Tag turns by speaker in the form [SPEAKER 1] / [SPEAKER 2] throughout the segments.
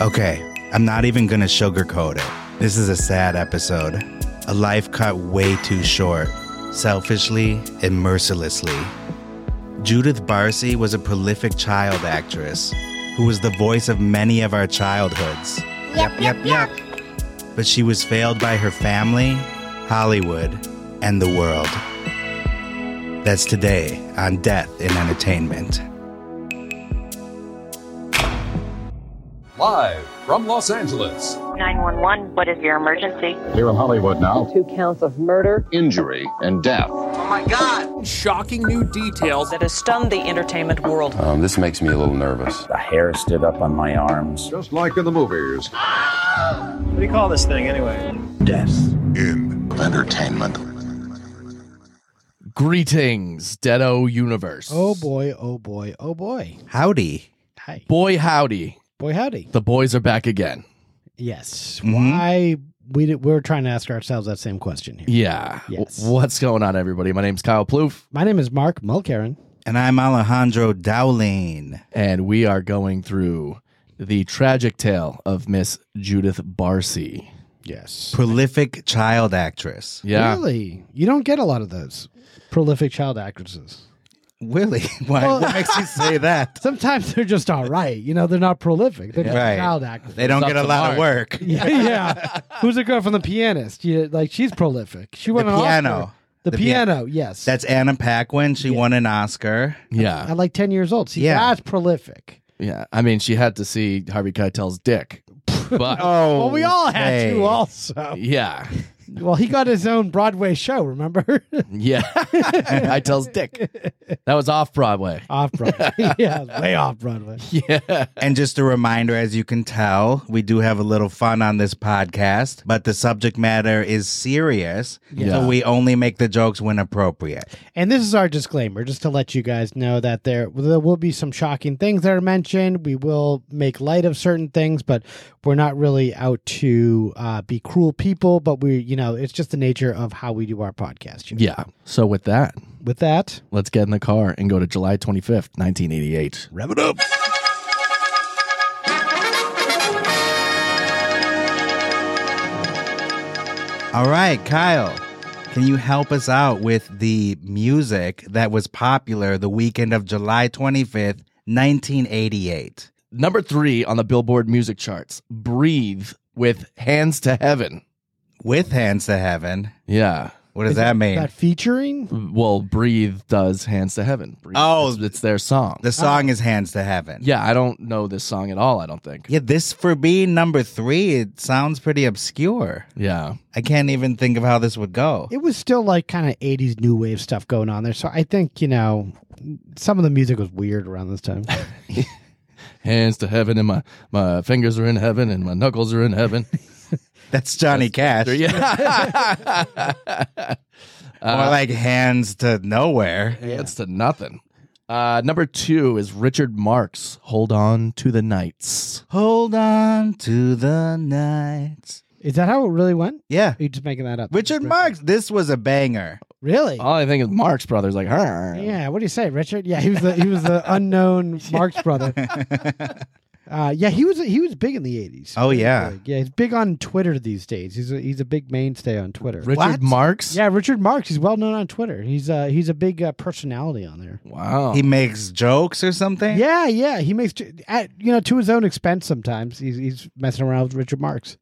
[SPEAKER 1] Okay, I'm not even gonna sugarcoat it. This is a sad episode. A life cut way too short, selfishly and mercilessly. Judith Barcy was a prolific child actress who was the voice of many of our childhoods.
[SPEAKER 2] Yep, yep, yep.
[SPEAKER 1] But she was failed by her family, Hollywood, and the world. That's today on Death in Entertainment.
[SPEAKER 3] Live from Los Angeles,
[SPEAKER 4] 911, what is your emergency?
[SPEAKER 5] Here in Hollywood now,
[SPEAKER 6] two counts of murder.
[SPEAKER 5] injury and death.
[SPEAKER 7] Shocking new details.
[SPEAKER 8] that has stunned the entertainment world.
[SPEAKER 9] Um, this makes me a little nervous.
[SPEAKER 10] The hair stood up on my arms.
[SPEAKER 5] Just like in the movies.
[SPEAKER 11] What do you call this thing anyway?
[SPEAKER 10] Death.
[SPEAKER 5] Entertainment.
[SPEAKER 12] Greetings, Deado Universe.
[SPEAKER 11] Oh boy, oh boy, oh boy.
[SPEAKER 1] Howdy.
[SPEAKER 11] Hi.
[SPEAKER 12] Boy, howdy.
[SPEAKER 11] Boy, howdy.
[SPEAKER 12] The boys are back again.
[SPEAKER 11] Yes.
[SPEAKER 1] Mhm.
[SPEAKER 11] Why we did, we're trying to ask ourselves that same question here.
[SPEAKER 12] Yeah.
[SPEAKER 11] Yes.
[SPEAKER 12] W- What's going on, everybody? My name's Kyle Plouffe,
[SPEAKER 11] My name is Mark Mulcairn.
[SPEAKER 1] And I'm Alejandro Dowling.
[SPEAKER 12] and we are going through the tragic tale of Miss Judith Barcy.
[SPEAKER 11] Yes.
[SPEAKER 1] prolific child actress.
[SPEAKER 12] Yeah.
[SPEAKER 11] Really? You don't get a lot of those prolific child actresses.
[SPEAKER 1] Really? Why, what makes you say that?
[SPEAKER 11] Sometimes they're just all right. You know, they're not prolific. They're just
[SPEAKER 1] Right.
[SPEAKER 11] child actors.
[SPEAKER 1] They don't
[SPEAKER 12] It's
[SPEAKER 1] get a
[SPEAKER 12] up to
[SPEAKER 1] lot of
[SPEAKER 12] Mark.
[SPEAKER 1] work.
[SPEAKER 11] yeah, yeah. Who's the girl from The Pianist? Yeah, like she's prolific. She
[SPEAKER 1] The
[SPEAKER 11] won an Oscar.
[SPEAKER 1] piano.
[SPEAKER 11] The,
[SPEAKER 1] The pian-
[SPEAKER 11] piano. yes.
[SPEAKER 1] That's Anna Paquin. She won an Oscar.
[SPEAKER 11] at
[SPEAKER 12] Yeah.
[SPEAKER 11] like ten years old. See,
[SPEAKER 1] Yeah.
[SPEAKER 11] that's prolific.
[SPEAKER 12] Yeah. I mean, she had to see Harvey Keitel's dick. But
[SPEAKER 1] Oh,
[SPEAKER 11] Well, we all had
[SPEAKER 1] hey.
[SPEAKER 11] to also.
[SPEAKER 12] yeah.
[SPEAKER 11] Well, he got his own Broadway show, remember?
[SPEAKER 12] Yeah. Keitel's dick. That was off Broadway.
[SPEAKER 11] off Broadway. yeah, way off Broadway.
[SPEAKER 12] Yeah.
[SPEAKER 1] And just a reminder, as you can tell, we do have a little fun on this podcast, but the subject matter is serious.
[SPEAKER 12] Yeah.
[SPEAKER 1] So we only make the jokes when appropriate.
[SPEAKER 11] And this is our disclaimer, just to let you guys know that there there will be some shocking things that are mentioned. We will make light of certain things, but we're not really out to uh, be cruel people. But we, you know, it's just the nature of how we do our podcast. you know.
[SPEAKER 12] Yeah. So with that,
[SPEAKER 11] With that,
[SPEAKER 12] let's get in the car and go to July 25th, 1988.
[SPEAKER 1] Rev it up. All right, Kyle, can you help us out with the music that was popular the weekend of July 25th, 1988?
[SPEAKER 12] Number three on the Billboard music charts, Breathe with Hands to Heaven.
[SPEAKER 1] With Hands to Heaven.
[SPEAKER 12] Yeah.
[SPEAKER 1] What does that mean?
[SPEAKER 11] that featuring
[SPEAKER 12] Well, Breathe does Hands to Heaven. Breathe.
[SPEAKER 1] Oh.
[SPEAKER 12] It's, it's their song.
[SPEAKER 1] the song is Hands to Heaven.
[SPEAKER 12] yeah, I don't know this song at all, I don't think.
[SPEAKER 1] Yeah, this for being number three, it sounds pretty obscure.
[SPEAKER 12] Yeah.
[SPEAKER 1] I can't even think of how this would go.
[SPEAKER 11] it was still like kind of 80s new wave stuff going on there. So I think, you know, some of the music was weird around this time.
[SPEAKER 12] Hands to Heaven, and my, my fingers are in heaven, and my knuckles are in heaven.
[SPEAKER 1] That's Johnny Cash.
[SPEAKER 12] yeah.
[SPEAKER 1] More like Hands to Nowhere.
[SPEAKER 12] Hands to nothing. Uh, number two is Richard Marx, Hold On to the Nights.
[SPEAKER 1] Hold on to the night.
[SPEAKER 11] Is that how it really went?
[SPEAKER 1] Yeah.
[SPEAKER 11] Or Are you just making that up?
[SPEAKER 1] Richard Marx, this was a banger.
[SPEAKER 11] Really?
[SPEAKER 12] All I think is Marx Brothers, like,
[SPEAKER 11] yeah. What do you say, Richard? Yeah, he was the he was the unknown Marx brother. Uh, yeah, he was he was big in the eighties.
[SPEAKER 1] Oh, yeah.
[SPEAKER 11] yeah. He's big on Twitter these days. He's a, he's a big mainstay on Twitter.
[SPEAKER 12] Richard
[SPEAKER 1] What?
[SPEAKER 12] Marx?
[SPEAKER 11] yeah, Richard Marx. He's well known on Twitter. He's uh, he's a big uh, personality on there.
[SPEAKER 12] Wow.
[SPEAKER 1] He makes jokes or something?
[SPEAKER 11] Yeah, yeah. He makes at, you know to his own expense sometimes. He's he's messing around with Richard Marx.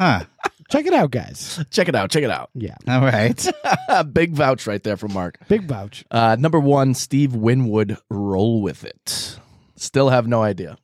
[SPEAKER 1] Huh.
[SPEAKER 11] Check it out, guys.
[SPEAKER 12] check it out. Check it out.
[SPEAKER 11] Yeah,
[SPEAKER 1] All right.
[SPEAKER 12] Big vouch right there from Mark.
[SPEAKER 11] big vouch.
[SPEAKER 12] Uh, number one, Steve Winwood, roll with it. Still have no idea.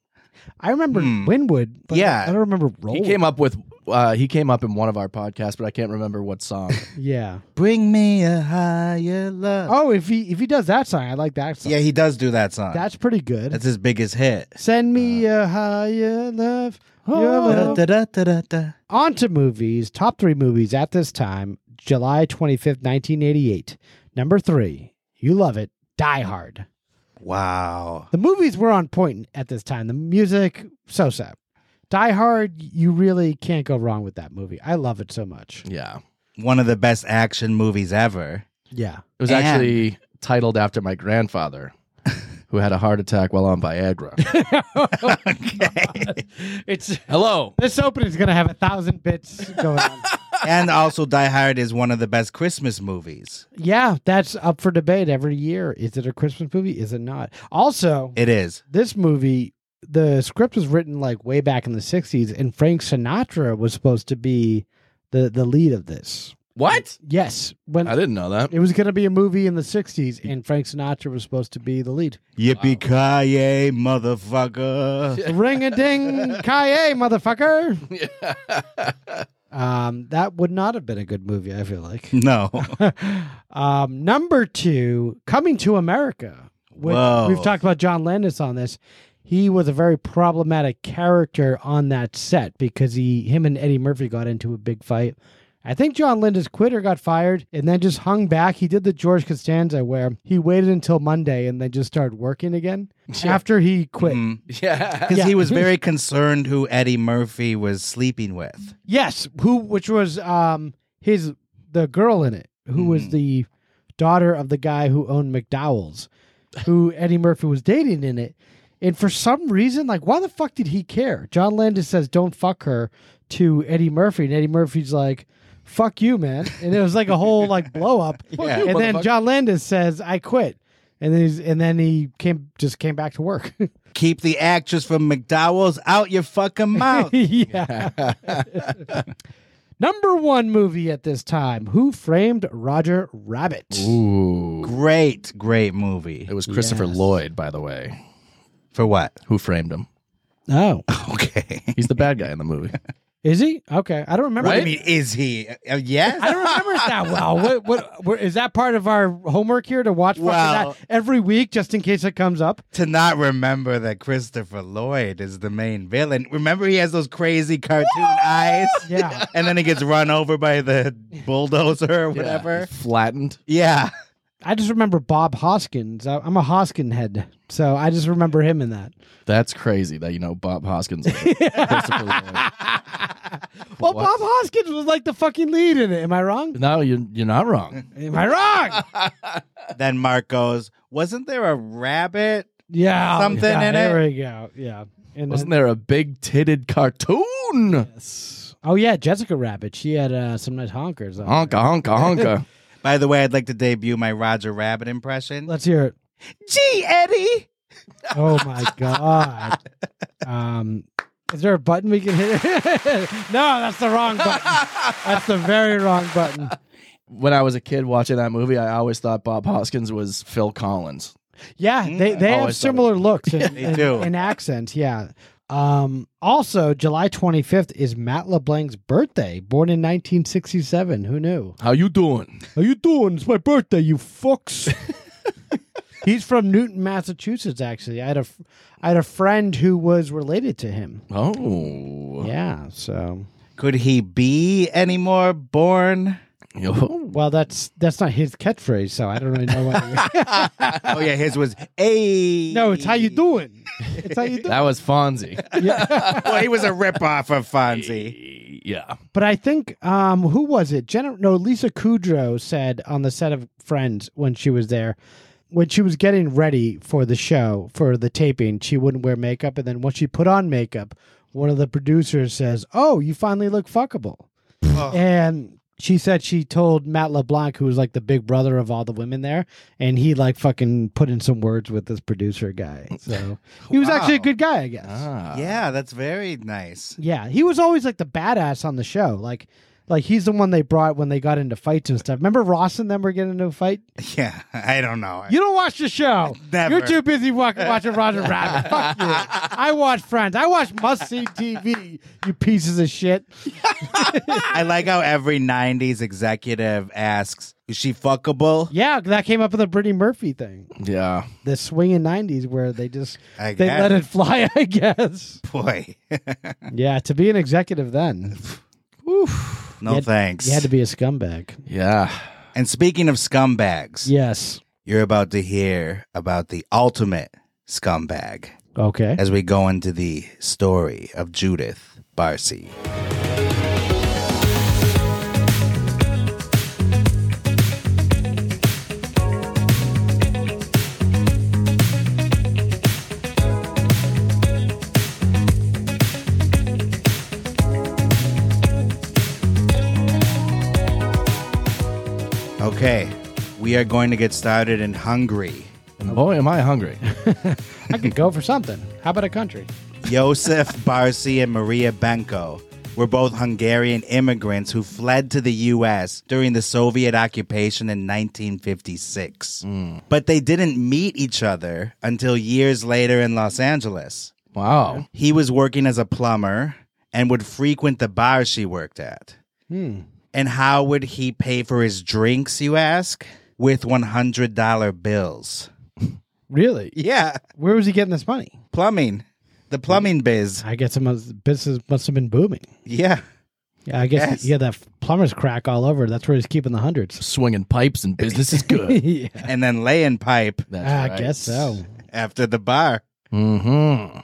[SPEAKER 11] I remember Winwood. But
[SPEAKER 1] Yeah.
[SPEAKER 11] I don't remember Roll.
[SPEAKER 12] He came up with uh, he came up in one of our podcasts, but I can't remember what song.
[SPEAKER 11] Yeah.
[SPEAKER 1] Bring me a higher love.
[SPEAKER 11] Oh, if he if he does that song, I like that song.
[SPEAKER 1] Yeah, he does do that song.
[SPEAKER 11] that's pretty good.
[SPEAKER 1] That's Uh, his biggest hit.
[SPEAKER 11] Send me a higher love. your
[SPEAKER 1] Oh.
[SPEAKER 11] love.
[SPEAKER 1] Da-da-da-da-da.
[SPEAKER 11] On to movies. Top three movies at this time, July twenty fifth, nineteen eighty eight. Number three, you love it, Die Hard.
[SPEAKER 1] Wow.
[SPEAKER 11] The movies were on point at this time. The music, so so. Die Hard, you really can't go wrong with that movie. I love it so much.
[SPEAKER 12] yeah.
[SPEAKER 1] One of the best action movies ever.
[SPEAKER 11] Yeah.
[SPEAKER 12] It was
[SPEAKER 1] And-
[SPEAKER 12] actually titled after my grandfather, who had a heart attack while on Viagra.
[SPEAKER 11] It's
[SPEAKER 12] Hello.
[SPEAKER 11] this opening's gonna have a thousand bits going on.
[SPEAKER 1] and also, Die Hard is one of the best Christmas movies.
[SPEAKER 11] yeah, that's up for debate every year. Is it a Christmas movie? Is it not? Also,
[SPEAKER 1] It is.
[SPEAKER 11] this movie, the script was written like way back in the '60s, and Frank Sinatra was supposed to be the the lead of this.
[SPEAKER 12] What?
[SPEAKER 11] Yes, when
[SPEAKER 12] I didn't know that.
[SPEAKER 11] it was gonna be a movie in the '60s, and Frank Sinatra was supposed to be the lead.
[SPEAKER 1] Yippee ki motherfucker!
[SPEAKER 11] Ring a ding, kaye, motherfucker. Um, that would not have been a good movie. I feel like.
[SPEAKER 1] No,
[SPEAKER 11] um, number two, Coming to America. which-
[SPEAKER 1] Whoa.
[SPEAKER 11] We've talked about John Landis on this. He was a very problematic character on that set because he, him and Eddie Murphy got into a big fight. I think John Landis quit or got fired and then just hung back. He did the George Costanza where he waited until Monday and then just started working again after he quit.
[SPEAKER 1] because
[SPEAKER 12] Yeah.
[SPEAKER 11] Uh, Yeah.
[SPEAKER 1] Mm-hmm. he was very concerned who Eddie Murphy was sleeping with.
[SPEAKER 11] Yes, who which was um his the girl in it who was the daughter of the guy who owned McDowell's, who Eddie Murphy was dating in it. And for some reason, like why the fuck did he care? John Landis says don't fuck her to Eddie Murphy, and Eddie Murphy's like. Fuck you, man! And it was like a whole like blow up.
[SPEAKER 1] Yeah.
[SPEAKER 11] and then John Landis says, "I quit," and then he's, and then he came just came back to work.
[SPEAKER 1] Keep the actress from McDowell's out your fucking mouth.
[SPEAKER 11] yeah. Number one movie at this time Who Framed Roger Rabbit?
[SPEAKER 12] Ooh.
[SPEAKER 1] great, great movie.
[SPEAKER 12] It was Christopher
[SPEAKER 11] Yes.
[SPEAKER 12] Lloyd, by the way,
[SPEAKER 1] For what?
[SPEAKER 12] who framed him.
[SPEAKER 11] Oh.
[SPEAKER 1] Okay.
[SPEAKER 12] He's the bad guy in the movie.
[SPEAKER 11] Is he? Okay. I don't remember.
[SPEAKER 1] I mean, is he? Uh, yes.
[SPEAKER 11] I don't remember it that well. What, what, where- is that part of our homework here to watch fucking
[SPEAKER 1] Well-
[SPEAKER 11] that every week just in case it comes up?
[SPEAKER 1] to not remember that Christopher Lloyd is the main villain. Remember, he has those crazy cartoon eyes.
[SPEAKER 11] Yeah.
[SPEAKER 1] And then he gets run over by the bulldozer or whatever.
[SPEAKER 12] Flattened.
[SPEAKER 1] Yeah.
[SPEAKER 11] I just remember Bob Hoskins. I, I'm a Hoskin head, so I just remember him in that.
[SPEAKER 12] That's crazy that you know Bob Hoskins. is Christopher Lloyd.
[SPEAKER 11] Well,
[SPEAKER 12] What?
[SPEAKER 11] Bob Hoskins was like the fucking lead in it. Am I wrong?
[SPEAKER 12] No, you're, you're not wrong.
[SPEAKER 11] Am I wrong?
[SPEAKER 1] Then Mark goes, Wasn't there a rabbit?
[SPEAKER 11] Yeah.
[SPEAKER 1] Something
[SPEAKER 11] yeah,
[SPEAKER 1] in it?
[SPEAKER 11] there we go. Yeah. And
[SPEAKER 12] Wasn't there a big titted cartoon?
[SPEAKER 11] Oh yeah, Jessica Rabbit. She had uh, some nice honkers. on
[SPEAKER 12] Honka,
[SPEAKER 11] there.
[SPEAKER 12] honka, honka.
[SPEAKER 1] By the way, I'd like to debut my Roger Rabbit impression.
[SPEAKER 11] Let's hear it.
[SPEAKER 1] Gee, Eddie.
[SPEAKER 11] Oh my god. Um, is there a button we can hit? no, that's the wrong button. That's the very wrong button.
[SPEAKER 12] when I was a kid watching that movie, I always thought Bob Hoskins was Phil Collins.
[SPEAKER 11] Yeah, they, they
[SPEAKER 12] always
[SPEAKER 11] have
[SPEAKER 12] thought it-
[SPEAKER 11] similar looks and,
[SPEAKER 1] They
[SPEAKER 11] and,
[SPEAKER 1] do.
[SPEAKER 11] and accents. Yeah. Um, also, July 25th is Matt LeBlanc's birthday, born in 1967. Who knew?
[SPEAKER 12] How you doing?
[SPEAKER 11] How you doing? It's my birthday, you fucks. He's from Newton, Massachusetts. Actually, I had a, f- I had a friend who was related to him.
[SPEAKER 12] Oh.
[SPEAKER 11] Yeah. So,
[SPEAKER 1] Could he be any more born?
[SPEAKER 12] Yo.
[SPEAKER 11] well, that's that's not his catchphrase. So I don't really know what.
[SPEAKER 1] Oh, yeah. His was, Hey.
[SPEAKER 11] no, it's how you doing. It's how you doing.
[SPEAKER 12] That was Fonzie.
[SPEAKER 1] Well, he was a ripoff of Fonzie.
[SPEAKER 12] yeah.
[SPEAKER 11] But I think um, who was it? Jenna? No, Lisa Kudrow said on the set of Friends when she was there, when she was getting ready for the show for the taping, she wouldn't wear makeup, and then once she put on makeup, one of the producers says, "Oh, you finally look fuckable," and. She said she told Matt LeBlanc, who was like the big brother of all the women there, and he like fucking put in some words with this producer guy. So he was actually a
[SPEAKER 1] Wow.
[SPEAKER 11] good guy, I guess.
[SPEAKER 12] Ah.
[SPEAKER 1] Yeah, that's very nice.
[SPEAKER 11] Yeah, he was always like the badass on the show. Like, like he's the one they brought when they got into fights and stuff. Remember Ross and them were getting into a fight.
[SPEAKER 1] Yeah, I don't know.
[SPEAKER 11] You don't watch the show.
[SPEAKER 1] Never.
[SPEAKER 11] You're too busy walking, watching Roger Rabbit. Fuck you. I watch Friends. I watch must see TV. You pieces of shit.
[SPEAKER 1] I like how every 90s executive asks, Is she fuckable?
[SPEAKER 11] Yeah, that came up in the Brittany Murphy thing,
[SPEAKER 12] Yeah.
[SPEAKER 11] the swinging '90s where they just
[SPEAKER 1] I
[SPEAKER 11] they
[SPEAKER 1] guess.
[SPEAKER 11] let it fly. I guess.
[SPEAKER 1] Boy.
[SPEAKER 11] Yeah, to be an executive then,
[SPEAKER 1] no thanks.
[SPEAKER 11] you had to be a scumbag.
[SPEAKER 12] Yeah.
[SPEAKER 1] and speaking of scumbags,
[SPEAKER 11] Yes.
[SPEAKER 1] you're about to hear about the ultimate scumbag
[SPEAKER 11] Okay.
[SPEAKER 1] as we go into the story of Judith Barcy. Okay, we are going to get started in Hungary.
[SPEAKER 12] And boy, am I hungry.
[SPEAKER 11] I could go for something. How about a country?
[SPEAKER 1] Josef Barsi and Maria Benko were both Hungarian immigrants who fled to the U.S. during the Soviet occupation in 1956. But they didn't meet each other until years later in Los Angeles.
[SPEAKER 12] Wow.
[SPEAKER 1] He was working as a plumber and would frequent the bar she worked at. And how would he pay for his drinks, you ask? With $100 bills.
[SPEAKER 11] Really?
[SPEAKER 1] Yeah,
[SPEAKER 11] Where was he getting this money?
[SPEAKER 1] plumbing. The plumbing biz.
[SPEAKER 11] I guess it must, business must have been booming.
[SPEAKER 1] Yeah.
[SPEAKER 11] Yeah, I guess
[SPEAKER 1] Yes.
[SPEAKER 11] yeah, that plumber's crack all over. That's where he's keeping the hundreds.
[SPEAKER 12] Swinging pipes and business is good.
[SPEAKER 11] yeah,
[SPEAKER 1] And then laying pipe
[SPEAKER 12] That's
[SPEAKER 11] I
[SPEAKER 12] right.
[SPEAKER 11] guess so.
[SPEAKER 1] after the bar.
[SPEAKER 12] Mm-hmm.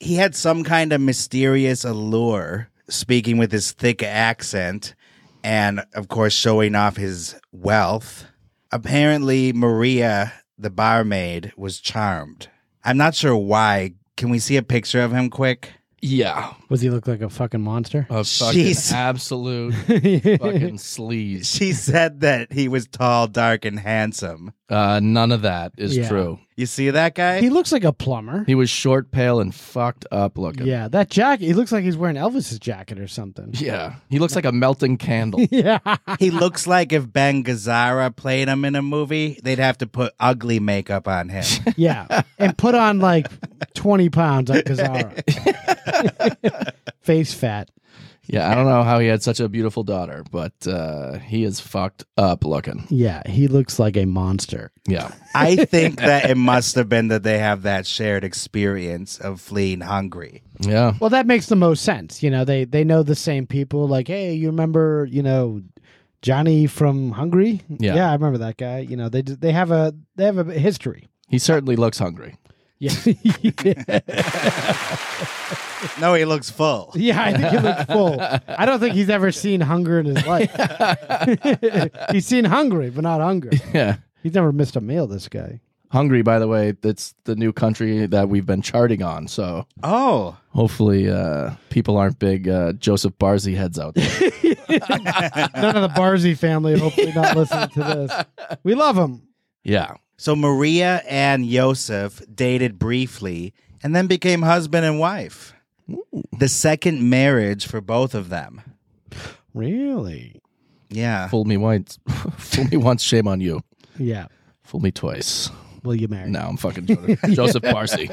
[SPEAKER 1] He had some kind of mysterious allure, speaking with his thick accent and, of course, showing off his wealth. Apparently, Maria, the barmaid, was charmed. I'm not sure why. Can we see a picture of him quick?
[SPEAKER 12] Yeah.
[SPEAKER 11] Was he look like a fucking monster?
[SPEAKER 12] A fucking
[SPEAKER 1] Jeez.
[SPEAKER 12] absolute fucking sleaze.
[SPEAKER 1] She said that he was tall, dark, and handsome.
[SPEAKER 12] Uh, none of that is
[SPEAKER 11] Yeah.
[SPEAKER 12] true.
[SPEAKER 1] You see that guy?
[SPEAKER 11] he looks like a plumber.
[SPEAKER 12] He was short, pale, and fucked up looking.
[SPEAKER 11] yeah, that jacket. He looks like he's wearing Elvis's jacket or something.
[SPEAKER 12] Yeah. He looks like a melting candle.
[SPEAKER 11] Yeah,
[SPEAKER 1] He looks like if Ben Gazzara played him in a movie, they'd have to put ugly makeup on him.
[SPEAKER 11] yeah, and put on like twenty pounds like Kazara. Face fat.
[SPEAKER 12] yeah. I don't know how he had such a beautiful daughter, but uh, he is fucked up looking.
[SPEAKER 11] Yeah, he looks like a monster.
[SPEAKER 12] Yeah.
[SPEAKER 1] I think that it must have been that they have that shared experience of fleeing Hungary.
[SPEAKER 12] Yeah.
[SPEAKER 11] Well, that makes the most sense. You know, they they know the same people. Like, hey, you remember, you know, Johnny from Hungary?
[SPEAKER 12] Yeah.
[SPEAKER 11] yeah, I remember that guy. You know, they d- they have a they have a history.
[SPEAKER 12] He certainly looks hungry.
[SPEAKER 11] Yeah,
[SPEAKER 1] No, he looks full.
[SPEAKER 11] yeah. I think he looks full. I don't think he's ever seen hunger in his life. he's seen hungry, but not hunger.
[SPEAKER 12] Yeah.
[SPEAKER 11] He's never missed a meal. This guy.
[SPEAKER 12] Hungary, by the way, that's the new country that we've been charting on. So
[SPEAKER 1] Oh,
[SPEAKER 12] hopefully uh, people aren't big uh, Joseph Barzy heads out there.
[SPEAKER 11] None of the Barzy family. Hopefully, not listening to this. We love him.
[SPEAKER 12] yeah.
[SPEAKER 1] so Maria and Joseph dated briefly and then became husband and wife. The second marriage for both of them.
[SPEAKER 11] Really?
[SPEAKER 1] Yeah.
[SPEAKER 12] Fool me once. Fool me once, shame on you.
[SPEAKER 11] Yeah.
[SPEAKER 12] Fool me twice.
[SPEAKER 11] Will you marry?
[SPEAKER 12] No, I'm fucking joking. Joseph Barzy.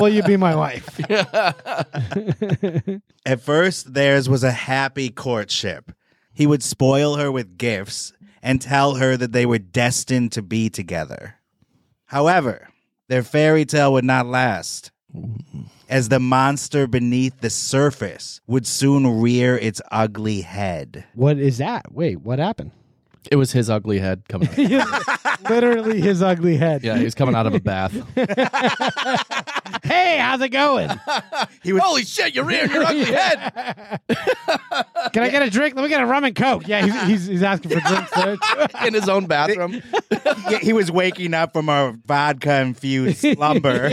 [SPEAKER 11] Will you be my wife?
[SPEAKER 1] At first, theirs was a happy courtship. He would spoil her with gifts and tell her that they were destined to be together. However, their fairy tale would not last, as the monster beneath the surface would soon rear its ugly head.
[SPEAKER 11] What is that? Wait, what happened?
[SPEAKER 12] It was his ugly head coming out.
[SPEAKER 11] Literally his ugly head.
[SPEAKER 12] Yeah, he was coming out of a bath.
[SPEAKER 11] Hey, how's it going?
[SPEAKER 12] Holy shit, you're rearing your ugly head.
[SPEAKER 11] Can I get a drink? Let me get a rum and coke. Yeah, he's, he's, he's asking for drinks there.
[SPEAKER 12] In his own bathroom.
[SPEAKER 1] Yeah, he was waking up from a vodka infused slumber.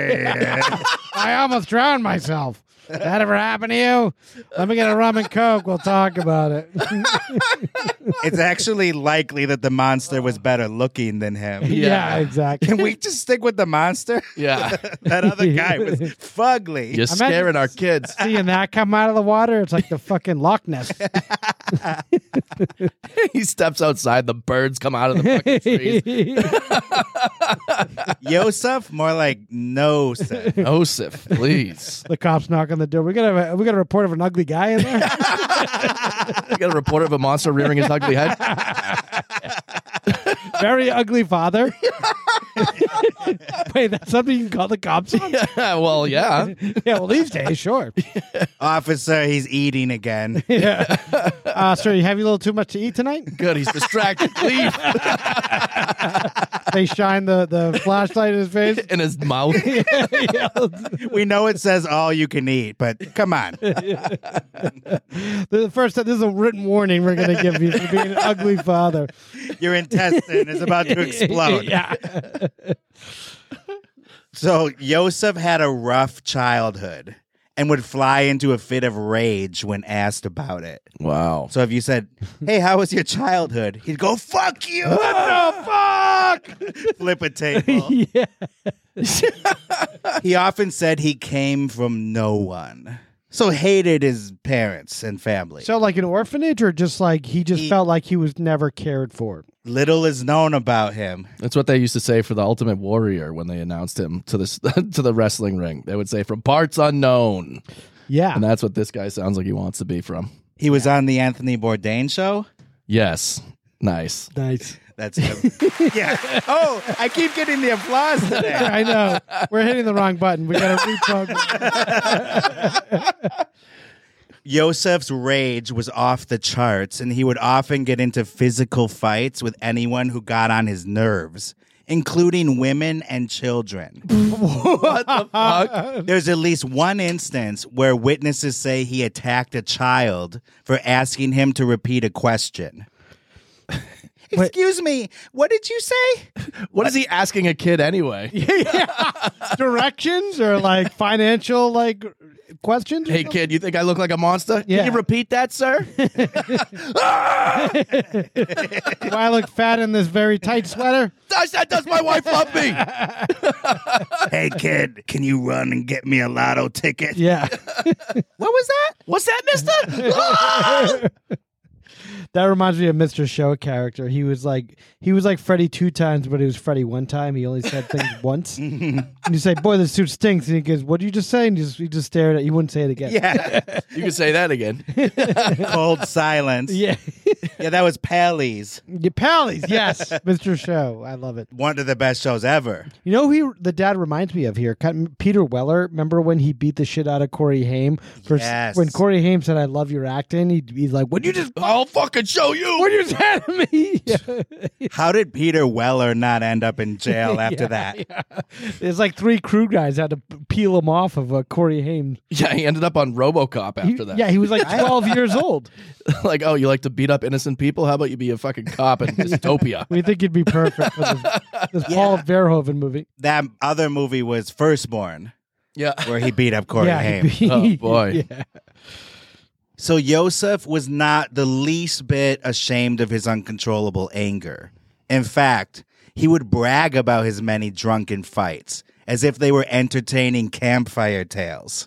[SPEAKER 11] I almost drowned myself. That ever happened to you? Let me get a rum and coke. We'll talk about it.
[SPEAKER 1] It's actually likely that the monster was better looking than him.
[SPEAKER 11] yeah, exactly.
[SPEAKER 1] Can we just stick with the monster?
[SPEAKER 12] Yeah.
[SPEAKER 1] that other guy was fugly.
[SPEAKER 12] You're scaring our kids.
[SPEAKER 11] Seeing that come out of the water, it's like the fucking Loch Ness.
[SPEAKER 12] He steps outside, the birds come out of the fucking trees.
[SPEAKER 1] Yosef, more like no Seth.
[SPEAKER 12] Joseph, please.
[SPEAKER 11] the cops knock on the door. We got a we got a report of an ugly guy in there.
[SPEAKER 12] You got a report of a monster rearing his ugly head?
[SPEAKER 11] Very ugly father. Wait, that's something you can call the cops on?
[SPEAKER 12] Yeah, well, yeah.
[SPEAKER 11] yeah, well, these days, sure.
[SPEAKER 1] Officer, he's eating again.
[SPEAKER 11] Yeah. Uh, sir, you have a little too much to eat tonight?
[SPEAKER 12] Good. He's distracted. Leave.
[SPEAKER 11] They shine the, the flashlight in his face.
[SPEAKER 12] In his mouth.
[SPEAKER 1] we know it says all you can eat, but come on.
[SPEAKER 11] The first, this is a written warning we're going to give you for being an ugly father.
[SPEAKER 1] Your intestine is about to explode.
[SPEAKER 11] Yeah.
[SPEAKER 1] So Yosef had a rough childhood and would fly into a fit of rage when asked about it.
[SPEAKER 12] Wow.
[SPEAKER 1] So if you said, "Hey, how was your childhood?" He'd go, "Fuck you!" what the fuck? Flip a table.
[SPEAKER 2] yeah.
[SPEAKER 1] he often said he came from no one, so hated his parents and family.
[SPEAKER 11] So, like an orphanage, or just like he just
[SPEAKER 1] He-
[SPEAKER 11] felt like he was never cared for.
[SPEAKER 1] little is known about him.
[SPEAKER 12] That's what they used to say for the Ultimate Warrior when they announced him to this to the wrestling ring. They would say from parts unknown,
[SPEAKER 11] Yeah,
[SPEAKER 12] and that's what this guy sounds like he wants to be from.
[SPEAKER 1] He was on the Anthony Bourdain show.
[SPEAKER 12] Yes, nice.
[SPEAKER 11] nice.
[SPEAKER 1] That's him. yeah. Oh, I keep getting the applause today.
[SPEAKER 11] I know we're hitting the wrong button. We got to reprogram.
[SPEAKER 1] Yosef's rage was off the charts, and he would often get into physical fights with anyone who got on his nerves, including women and children. There's at least one instance where witnesses say he attacked a child for asking him to repeat a question. Excuse me, what did you say?
[SPEAKER 12] What is he asking a kid anyway?
[SPEAKER 11] Directions or like financial like questions. or
[SPEAKER 12] Hey
[SPEAKER 11] something?
[SPEAKER 12] kid, you think I look like a monster?
[SPEAKER 11] Yeah.
[SPEAKER 12] Can you repeat that, sir?
[SPEAKER 11] Do I look fat in this very tight sweater?
[SPEAKER 12] does, that, does my wife love me?
[SPEAKER 1] hey, kid, can you run and get me a lotto ticket?
[SPEAKER 11] Yeah,
[SPEAKER 1] What was that?
[SPEAKER 12] What's that, Mister? Ah!
[SPEAKER 11] that reminds me of Mr. Show character. He was like he was like Freddy two times, but he was Freddy one time. He only said things once. And you say, "Boy, this suit stinks," and he goes, "What did you just say?" And he just he just stared at. You wouldn't say it again.
[SPEAKER 1] Yeah,
[SPEAKER 12] you can say that again.
[SPEAKER 1] cold silence.
[SPEAKER 11] yeah.
[SPEAKER 1] Yeah, that was Pally's.
[SPEAKER 11] Your pallies, yes, Mr. Show. I love it.
[SPEAKER 1] One of the best shows ever.
[SPEAKER 11] You know who he, the dad reminds me of here? Cut- Peter Weller. Remember when he beat the shit out of Corey Haim? For, s-
[SPEAKER 1] Yes.
[SPEAKER 11] When Corey Haim said, I love your acting, he'd be like, What you just.
[SPEAKER 12] I'll fucking show you. What you
[SPEAKER 11] said to me?
[SPEAKER 1] How did Peter Weller not end up in jail after that?
[SPEAKER 11] There's like three crew guys had to p- peel him off of uh, Corey Haim.
[SPEAKER 12] Yeah, he ended up on RoboCop after
[SPEAKER 11] He-
[SPEAKER 12] that.
[SPEAKER 11] Yeah, he was like 12 years old.
[SPEAKER 12] like, oh, you like to beat up innocent people? How about you be a fucking cop in Dystopia?
[SPEAKER 11] We think he'd be perfect for this, this Paul Verhoeven movie.
[SPEAKER 1] That other movie was Firstborn,
[SPEAKER 12] yeah.
[SPEAKER 1] where he beat up Corey
[SPEAKER 11] yeah,
[SPEAKER 1] Haim.
[SPEAKER 11] he'd be-
[SPEAKER 12] Oh, boy.
[SPEAKER 11] yeah.
[SPEAKER 1] So Yosef was not the least bit ashamed of his uncontrollable anger. In fact, he would brag about his many drunken fights as if they were entertaining campfire tales.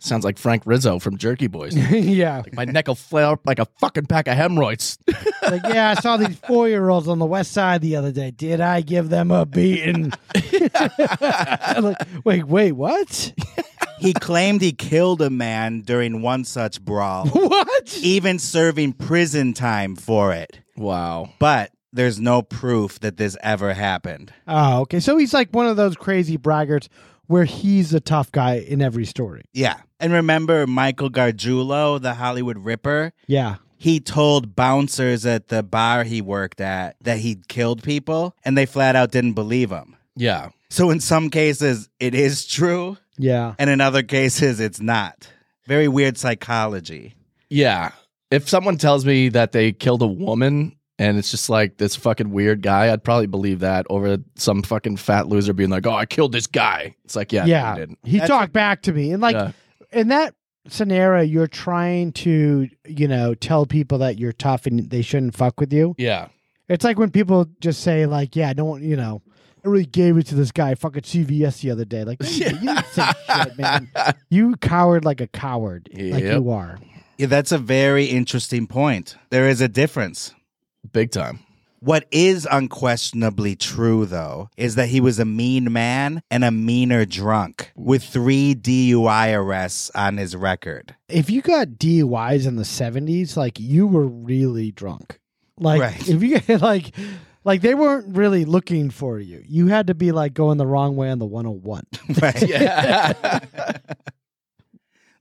[SPEAKER 12] Sounds like Frank Rizzo from Jerky Boys.
[SPEAKER 11] yeah.
[SPEAKER 12] My neck will flare up like a fucking pack of hemorrhoids.
[SPEAKER 11] Like, yeah, I saw these four year olds on the west side the other day. Did I give them a beating? I'm like, wait, wait, what?
[SPEAKER 1] He claimed he killed a man during one such brawl,
[SPEAKER 11] What?
[SPEAKER 1] even serving prison time for it.
[SPEAKER 12] wow.
[SPEAKER 1] But there's no proof that this ever happened.
[SPEAKER 11] Oh, okay. So he's like one of those crazy braggarts where he's a tough guy in every story.
[SPEAKER 1] Yeah. And remember Michael Gargiulo, the Hollywood Ripper?
[SPEAKER 11] Yeah.
[SPEAKER 1] he told bouncers at the bar he worked at that he'd killed people and they flat out didn't believe him.
[SPEAKER 12] Yeah.
[SPEAKER 1] So in some cases it is true
[SPEAKER 11] Yeah.
[SPEAKER 1] and in other cases it's not. Very weird psychology.
[SPEAKER 12] Yeah. If someone tells me that they killed a woman and it's just like this fucking weird guy, I'd probably believe that over some fucking fat loser being like, oh, I killed this guy. It's like, yeah,
[SPEAKER 11] Yeah.
[SPEAKER 12] no, you didn't.
[SPEAKER 11] He
[SPEAKER 1] That's
[SPEAKER 11] talked back to me. And like
[SPEAKER 12] Yeah.
[SPEAKER 11] in that scenario, you're trying to, you know, tell people that you're tough and they shouldn't fuck with you.
[SPEAKER 12] Yeah.
[SPEAKER 11] It's like when people just say, like, yeah, don't, you know, I really gave it to this guy, fucking CVS the other day. Like, no, you didn't- you didn't say shit, man. You cowered like a coward, like
[SPEAKER 12] Yep.
[SPEAKER 11] you are.
[SPEAKER 1] Yeah, that's a very interesting point. There is a difference.
[SPEAKER 12] Big time.
[SPEAKER 1] What is unquestionably true though is that he was a mean man and a meaner drunk with 3 DUI arrests on his record.
[SPEAKER 11] If you got DUIs in the 70s, like, you were really drunk. Like,
[SPEAKER 1] Right.
[SPEAKER 11] if you get, like, like they weren't really looking for you. You had to be like going the wrong way on the 101.
[SPEAKER 1] Right?
[SPEAKER 12] Yeah.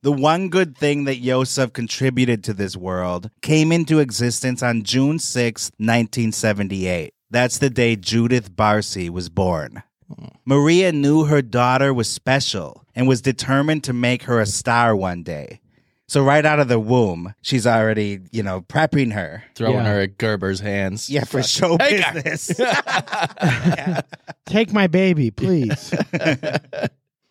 [SPEAKER 1] The one good thing that Yosef contributed to this world came into existence on June 6, 1978. That's the day Judith Barcy was born. Maria knew her daughter was special and was determined to make her a star one day. So right out of the womb, she's already, you know, prepping her.
[SPEAKER 12] Throwing
[SPEAKER 11] Yeah.
[SPEAKER 12] her at Gerber's hands.
[SPEAKER 1] Yeah, for show
[SPEAKER 12] Hey, guy.
[SPEAKER 1] business.
[SPEAKER 11] Take my baby, please.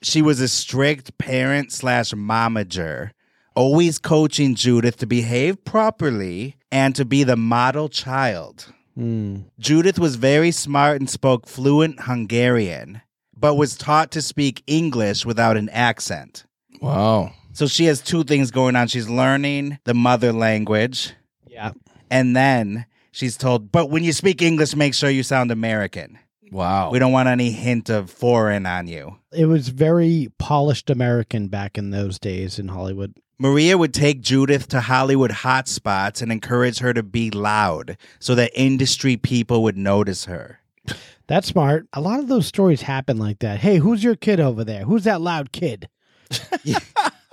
[SPEAKER 1] She was a strict parent slash momager, always coaching Judith to behave properly and to be the model child. Judith was very smart and spoke fluent Hungarian, but was taught to speak English without an accent.
[SPEAKER 12] Wow.
[SPEAKER 1] So she has two things going on. She's learning the mother language,
[SPEAKER 11] Yeah.
[SPEAKER 1] and then she's told, but when you speak English, make sure you sound American.
[SPEAKER 12] Wow.
[SPEAKER 1] We don't want any hint of foreign on you.
[SPEAKER 11] It was very polished American back in those days in Hollywood.
[SPEAKER 1] Maria would take Judith to Hollywood hotspots and encourage her to be loud so that industry people would notice her.
[SPEAKER 11] That's smart. A lot of those stories happen like that. Hey, who's your kid over there? Who's that loud kid?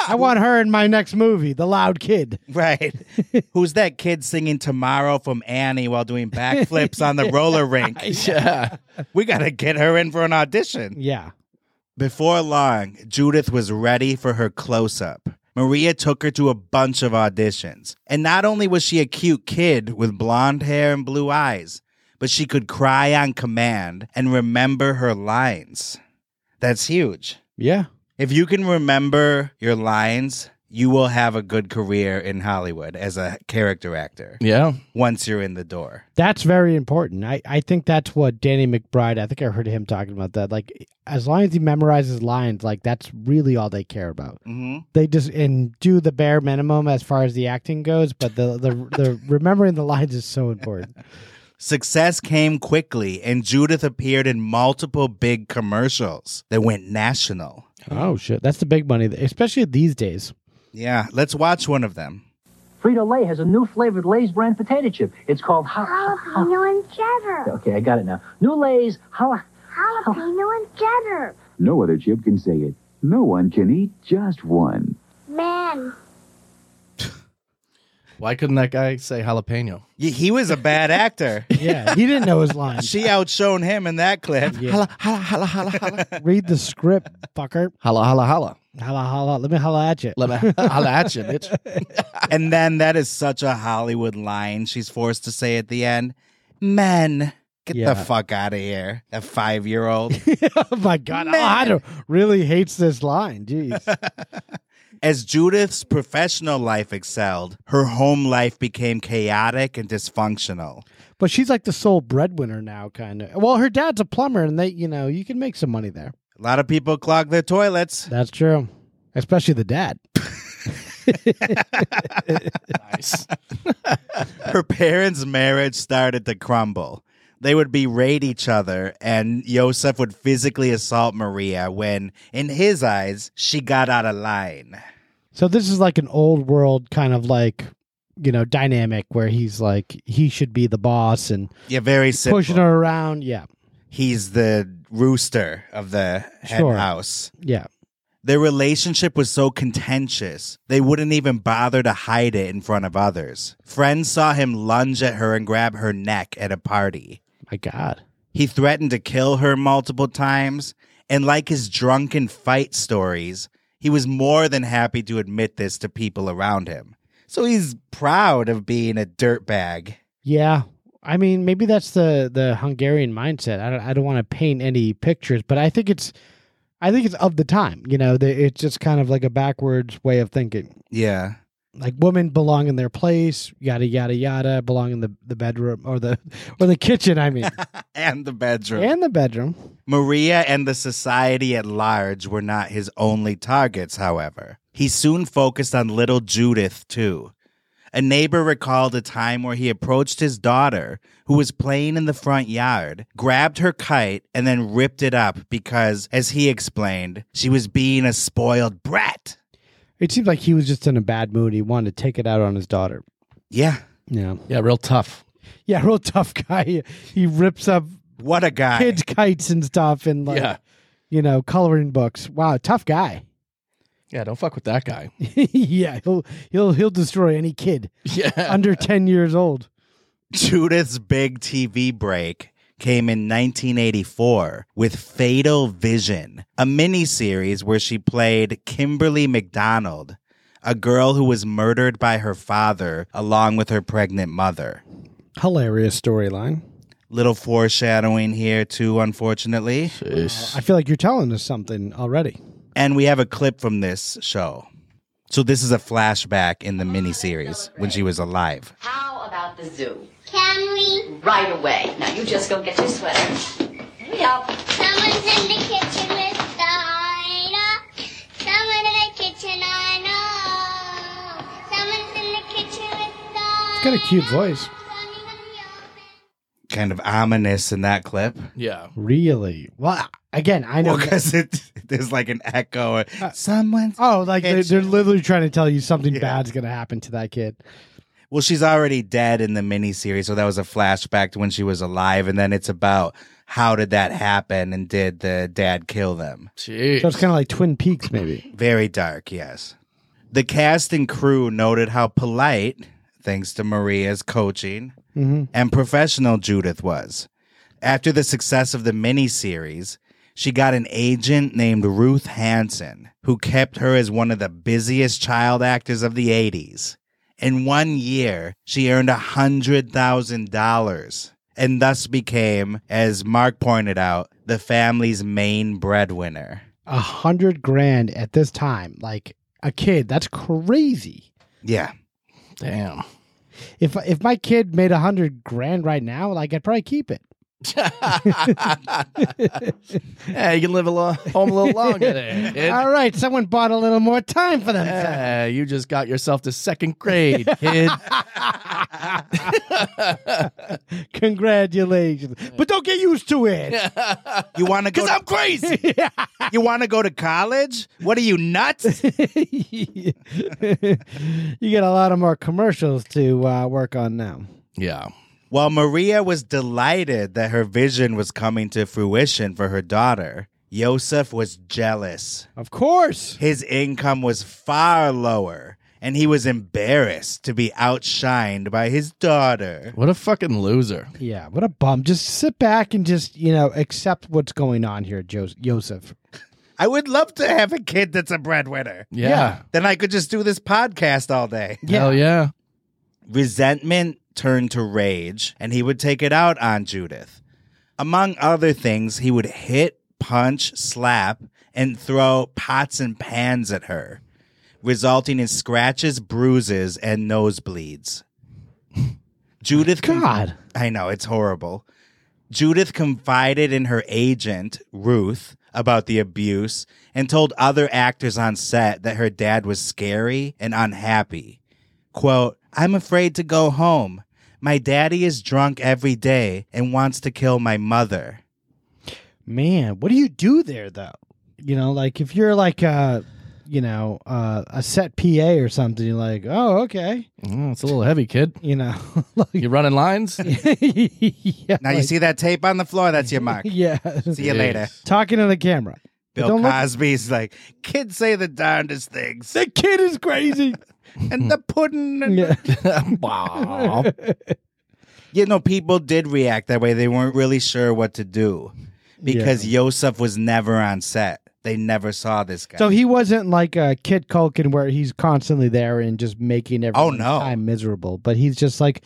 [SPEAKER 11] I want her in my next movie, The Loud Kid.
[SPEAKER 1] Right. Who's that kid singing Tomorrow from Annie while doing backflips on the roller rink?
[SPEAKER 12] yeah.
[SPEAKER 1] We got to get her in for an audition.
[SPEAKER 11] Yeah.
[SPEAKER 1] Before long, Judith was ready for her close up. Maria took her to a bunch of auditions. And not only was she a cute kid with blonde hair and blue eyes, but she could cry on command and remember her lines. That's huge.
[SPEAKER 11] Yeah.
[SPEAKER 1] If you can remember your lines, you will have a good career in Hollywood as a character actor
[SPEAKER 12] Yeah.
[SPEAKER 1] once you're in the door.
[SPEAKER 11] That's very important. I, I think that's what Danny McBride, I think I heard him talking about that. Like, as long as he memorizes lines, like, that's really all they care about.
[SPEAKER 1] Mm-hmm.
[SPEAKER 11] They just, and do the bare minimum as far as the acting goes, but the, the, the remembering the lines is so important.
[SPEAKER 1] Success came quickly, and Judith appeared in multiple big commercials that went national.
[SPEAKER 11] Oh, shit. That's the big money, especially these days.
[SPEAKER 1] Yeah, let's watch one of them.
[SPEAKER 2] Frito Lay has a new flavored Lay's brand potato chip. It's called ha-
[SPEAKER 6] Jalapeno and cheddar.
[SPEAKER 2] Okay, I got it now. New Lay's ha-
[SPEAKER 6] Jalapeno and cheddar.
[SPEAKER 5] No other chip can say it. No one can eat just one.
[SPEAKER 6] Man.
[SPEAKER 12] Why couldn't that guy say jalapeno?
[SPEAKER 1] Y- He was a bad actor.
[SPEAKER 11] Yeah. He didn't know his lines.
[SPEAKER 1] she outshone him in that clip.
[SPEAKER 11] Yeah.
[SPEAKER 12] Holla, holla, holla, holla, holla.
[SPEAKER 11] Read the script, fucker.
[SPEAKER 12] holla, holla, holla.
[SPEAKER 11] Holla, holla. Let me holla at you.
[SPEAKER 12] Let me holla at you, bitch.
[SPEAKER 1] And then that is such a Hollywood line she's forced to say at the end. Men, get
[SPEAKER 11] Yeah.
[SPEAKER 1] the fuck out of here. That five year old.
[SPEAKER 11] oh my god, Alejandro really hates this line. Jeez.
[SPEAKER 1] As Judith's professional life excelled, her home life became chaotic and dysfunctional.
[SPEAKER 11] but she's like the sole breadwinner now, kind of. Well, her dad's a plumber, and they, you know, you can make some money there.
[SPEAKER 1] A lot of people clog their toilets.
[SPEAKER 11] That's true, especially the dad.
[SPEAKER 12] Nice.
[SPEAKER 1] Her parents' marriage started to crumble. They would berate each other, and Yosef would physically assault Maria when, in his eyes, she got out of line.
[SPEAKER 11] So this is like an old world kind of like, you know, dynamic where he's like he should be the boss and
[SPEAKER 1] Yeah, very simple.
[SPEAKER 11] pushing her around. Yeah,
[SPEAKER 1] He's the rooster of the hen
[SPEAKER 11] Sure.
[SPEAKER 1] house.
[SPEAKER 11] yeah.
[SPEAKER 1] Their relationship was so contentious, they wouldn't even bother to hide it in front of others. Friends saw him lunge at her and grab her neck at a party.
[SPEAKER 11] My God.
[SPEAKER 1] He threatened to kill her multiple times, and like his drunken fight stories, he was more than happy to admit this to people around him. So he's proud of being a dirtbag.
[SPEAKER 11] Yeah. I mean, maybe that's the the Hungarian mindset. I don't I don't want to paint any pictures, but I think it's I think it's of the time, you know, the, it's just kind of like a backwards way of thinking.
[SPEAKER 1] Yeah.
[SPEAKER 11] Like women belong in their place, yada yada yada, belong in the, the bedroom or the or the kitchen, I mean.
[SPEAKER 1] And the bedroom.
[SPEAKER 11] and the bedroom.
[SPEAKER 1] Maria and the society at large were not his only targets, however. He soon focused on little Judith, too. A neighbor recalled a time where he approached his daughter, who was playing in the front yard, grabbed her kite, and then ripped it up because, as he explained, she was being a spoiled brat.
[SPEAKER 11] It seems like he was just in a bad mood. He wanted to take it out on his daughter.
[SPEAKER 1] Yeah.
[SPEAKER 11] Yeah.
[SPEAKER 12] Yeah, real tough.
[SPEAKER 11] Yeah, real tough guy. He, he rips up
[SPEAKER 1] What a guy.
[SPEAKER 11] kids kites and stuff and like
[SPEAKER 12] Yeah.
[SPEAKER 11] you know, coloring books. Wow, tough guy.
[SPEAKER 12] Yeah, don't fuck with that guy.
[SPEAKER 11] yeah, he'll he'll he'll destroy any kid
[SPEAKER 12] Yeah.
[SPEAKER 11] under ten years old.
[SPEAKER 1] Judith's big TV break came in 1984 with Fatal Vision, a miniseries where she played Kimberly McDonald, a girl who was murdered by her father along with her pregnant mother.
[SPEAKER 11] Hilarious storyline.
[SPEAKER 1] Little foreshadowing here, too, unfortunately.
[SPEAKER 11] I feel like you're telling us something already.
[SPEAKER 1] And we have a clip from this show. So this is a flashback in the
[SPEAKER 11] Oh,
[SPEAKER 1] miniseries when she was alive.
[SPEAKER 13] How about the zoo?
[SPEAKER 6] Can we?
[SPEAKER 13] Right away. Now you just go get your sweater. Hurry up.
[SPEAKER 6] Someone's in the kitchen with Dinah. Someone in the kitchen, I know. Someone's in the kitchen with Dinah.
[SPEAKER 11] Got a cute voice.
[SPEAKER 1] Kind of ominous in that clip.
[SPEAKER 12] Yeah.
[SPEAKER 11] Really? Well, again, I know.
[SPEAKER 1] Well, because it there's like an echo. Someone's
[SPEAKER 11] oh, like they're,
[SPEAKER 1] It's-
[SPEAKER 11] they're literally trying to tell you something
[SPEAKER 1] Yeah.
[SPEAKER 11] bad's going to happen to that kid.
[SPEAKER 1] Well, she's already dead in the miniseries, so that was a flashback to when she was alive, and then it's about how did that happen and did the dad kill them?
[SPEAKER 12] Jeez.
[SPEAKER 11] So it's kind of like Twin Peaks, maybe.
[SPEAKER 1] Very dark, yes. The cast and crew noted how polite, thanks to Maria's coaching, and professional Judith was. After the success of the miniseries, she got an agent named Ruth Hanson, who kept her as one of the busiest child actors of the 80s. In one year, she earned $100,000 and thus became, as Mark pointed out, the family's main breadwinner.
[SPEAKER 11] A hundred grand at this time, like a kid. That's crazy.
[SPEAKER 1] Yeah.
[SPEAKER 12] Damn.
[SPEAKER 11] If if my kid made a hundred grand right now, like I'd probably keep it.
[SPEAKER 12] yeah, you can live a lo- home a little longer there. kid.
[SPEAKER 11] All right, someone bought a little more time for them.
[SPEAKER 12] Yeah, you just got yourself to second grade, kid.
[SPEAKER 11] Congratulations, but don't get used to it.
[SPEAKER 1] You want to go? Because I'm crazy. You want to go to college? What are you nuts?
[SPEAKER 11] you got a lot of more commercials to uh, work on now.
[SPEAKER 12] yeah.
[SPEAKER 1] While Maria was delighted that her vision was coming to fruition for her daughter, Yosef was jealous.
[SPEAKER 11] Of course.
[SPEAKER 1] His income was far lower, and he was embarrassed to be outshined by his daughter.
[SPEAKER 12] What a fucking loser.
[SPEAKER 11] Yeah, what a bum. Just sit back and just, you know, accept what's going on here, jo- Joseph.
[SPEAKER 1] I would love to have a kid that's a breadwinner.
[SPEAKER 12] Yeah.
[SPEAKER 1] Then I could just do this podcast all day.
[SPEAKER 12] Hell yeah.
[SPEAKER 1] Resentment turned to rage, and he would take it out on Judith. Among other things, he would hit, punch, slap, and throw pots and pans at her, resulting in scratches, bruises, and nosebleeds. Judith. con-
[SPEAKER 11] God.
[SPEAKER 1] I know, it's horrible. Judith confided in her agent, Ruth, about the abuse and told other actors on set that her dad was scary and unhappy. Quote, I'm afraid to go home. My daddy is drunk every day and wants to kill my mother.
[SPEAKER 11] Man, what do you do there, though? You know, like if you're like a, you know, uh, a set PA or something, you're like, oh, okay.
[SPEAKER 12] Mm, it's a little heavy, kid.
[SPEAKER 11] You know, like,
[SPEAKER 12] You running lines?
[SPEAKER 11] yeah,
[SPEAKER 1] Now you
[SPEAKER 11] like-
[SPEAKER 1] see that tape on the floor? That's your mark.
[SPEAKER 11] Yeah.
[SPEAKER 1] See you later.
[SPEAKER 11] Talking to the camera.
[SPEAKER 1] Bill
[SPEAKER 11] Don't look-
[SPEAKER 1] Cosby's like, kids say the darndest things.
[SPEAKER 11] The kid is crazy.
[SPEAKER 1] And the pudding. And
[SPEAKER 11] yeah.
[SPEAKER 12] wow.
[SPEAKER 1] you know, people did react that way. They weren't really sure what to do because Yosef was never on set. They never saw this guy.
[SPEAKER 11] So he wasn't like a Kid Culkin where he's constantly there and just making everyone
[SPEAKER 1] Oh, no.
[SPEAKER 11] time miserable. But he's just like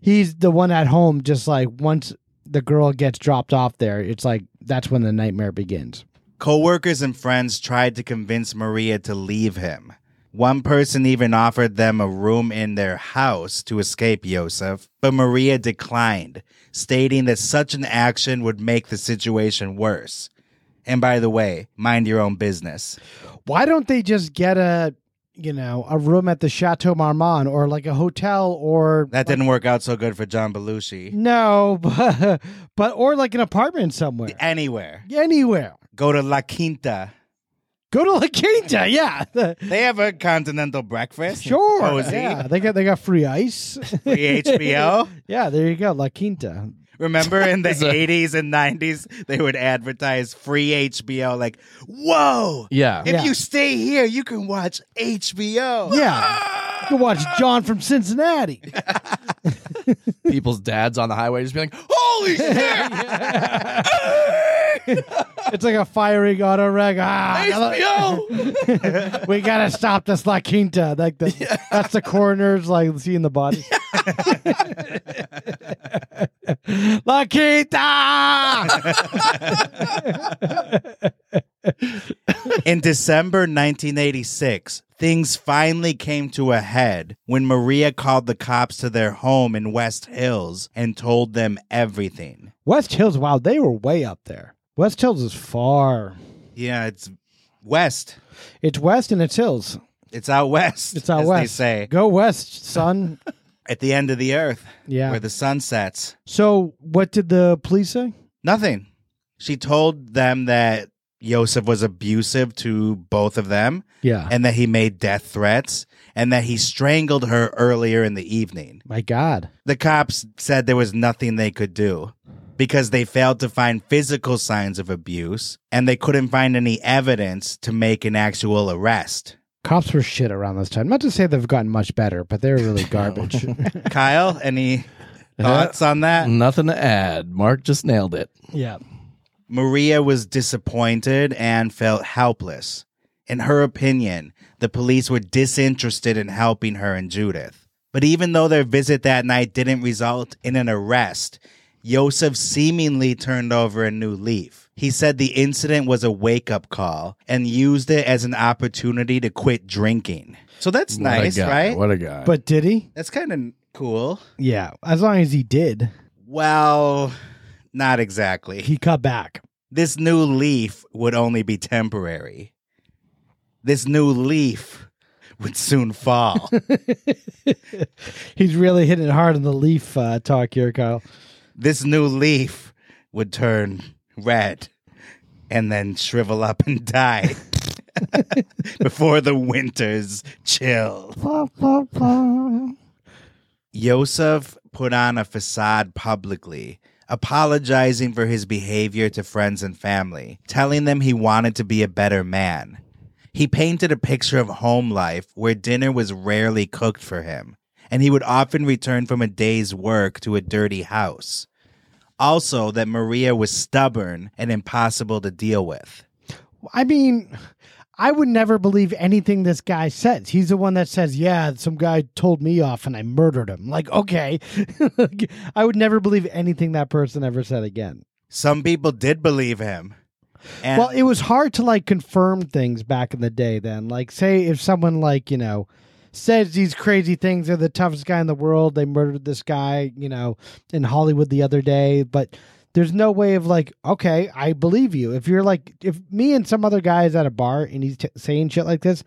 [SPEAKER 11] he's the one at home just like once the girl gets dropped off there, it's like that's when the nightmare begins.
[SPEAKER 1] Coworkers and friends tried to convince Maria to leave him. One person even offered them a room in their house to escape Yosef, but Maria declined, stating that such an action would make the situation worse. And by the way, mind your own business.
[SPEAKER 11] Why don't they just get a you know, a room at the Chateau Marmont or like a hotel or
[SPEAKER 1] That didn't work out so good for John Belushi.
[SPEAKER 11] no, but, but or like an apartment somewhere.
[SPEAKER 1] Anywhere.
[SPEAKER 11] Anywhere.
[SPEAKER 1] Go to La Quinta.
[SPEAKER 11] Go to La Quinta, yeah.
[SPEAKER 1] They have a continental breakfast. Oh,
[SPEAKER 11] Sure.
[SPEAKER 1] Cozy.
[SPEAKER 11] Yeah, they got they got free ice.
[SPEAKER 1] Free HBO.
[SPEAKER 11] Yeah, there you go, La Quinta.
[SPEAKER 1] Remember in the 80s and 90s, they would advertise free HBO, like, whoa,
[SPEAKER 12] Yeah.
[SPEAKER 1] if
[SPEAKER 11] Yeah.
[SPEAKER 1] you stay here, you can watch HBO.
[SPEAKER 11] Yeah, you can watch John from Cincinnati.
[SPEAKER 12] People's dads on the highway just be like, "Oh!" holy shit,
[SPEAKER 11] It's like a firing auto wreck. Ah,
[SPEAKER 12] HBO!
[SPEAKER 11] another- we gotta stop this La Quinta. Like the, that's the coroner's like seeing the body. La Quinta.
[SPEAKER 1] In December 1986, things finally came to a head when Maria called the cops to their home in West Hills and told them everything.
[SPEAKER 11] West Hills, wow, they were way up there. West Hills is far.
[SPEAKER 1] Yeah, it's west.
[SPEAKER 11] It's west and it's hills.
[SPEAKER 1] It's out west.
[SPEAKER 11] It's out
[SPEAKER 1] as
[SPEAKER 11] west.
[SPEAKER 1] They say
[SPEAKER 11] Go west, son.
[SPEAKER 1] at the end of the earth.
[SPEAKER 11] Yeah.
[SPEAKER 1] where the sun sets.
[SPEAKER 11] so, what did the police say?
[SPEAKER 1] Nothing. She told them that Yosef was abusive to both of them
[SPEAKER 11] Yeah.
[SPEAKER 1] and that he made death threats and that he strangled her earlier in the evening.
[SPEAKER 11] My God.
[SPEAKER 1] The cops said there was nothing they could do because they failed to find physical signs of abuse and they couldn't find any evidence to make an actual arrest.
[SPEAKER 11] Cops were shit around this time. Not to say they've gotten much better, but they're really garbage.
[SPEAKER 1] Kyle, any thoughts on that?
[SPEAKER 12] Nothing to add. Mark just nailed it.
[SPEAKER 11] yeah.
[SPEAKER 1] Maria was disappointed and felt helpless. In her opinion, the police were disinterested in helping her and Judith. But even though their visit that night didn't result in an arrest, Yosef seemingly turned over a new leaf. He said the incident was a wake up call and used it as an opportunity to quit drinking. So that's
[SPEAKER 12] What a
[SPEAKER 1] nice,
[SPEAKER 12] guy.
[SPEAKER 1] right?
[SPEAKER 12] What a guy.
[SPEAKER 11] But did he?
[SPEAKER 1] That's kind of cool.
[SPEAKER 11] Yeah. As long as he did,
[SPEAKER 1] Well, not exactly.
[SPEAKER 11] he cut back.
[SPEAKER 1] this new leaf would only be temporary. This new leaf would soon fall.
[SPEAKER 11] He's really hitting it hard on the leaf uh, talk here, Kyle.
[SPEAKER 1] this new leaf would turn red and then shrivel up and die before the winter's chill. Yosef put on a facade publicly, apologizing for his behavior to friends and family, telling them he wanted to be a better man. He painted a picture of home life where dinner was rarely cooked for him, and he would often return from a day's work to a dirty house. Also, that Maria was stubborn and impossible to deal with.
[SPEAKER 11] I mean, I would never believe anything this guy says. He's the one that says, "Yeah, some guy told me off and I murdered him." Like, okay, I would never believe anything that person ever said again.
[SPEAKER 1] Some people did believe him. And
[SPEAKER 11] well, it was hard to like confirm things back in the day. Then, like, say if someone like you know says these crazy things, they're the toughest guy in the world. They murdered this guy, you know, in Hollywood the other day, but. There's no way of like, okay, I believe you. If you're like, if me and some other guy is at a bar and he's t- saying shit like this,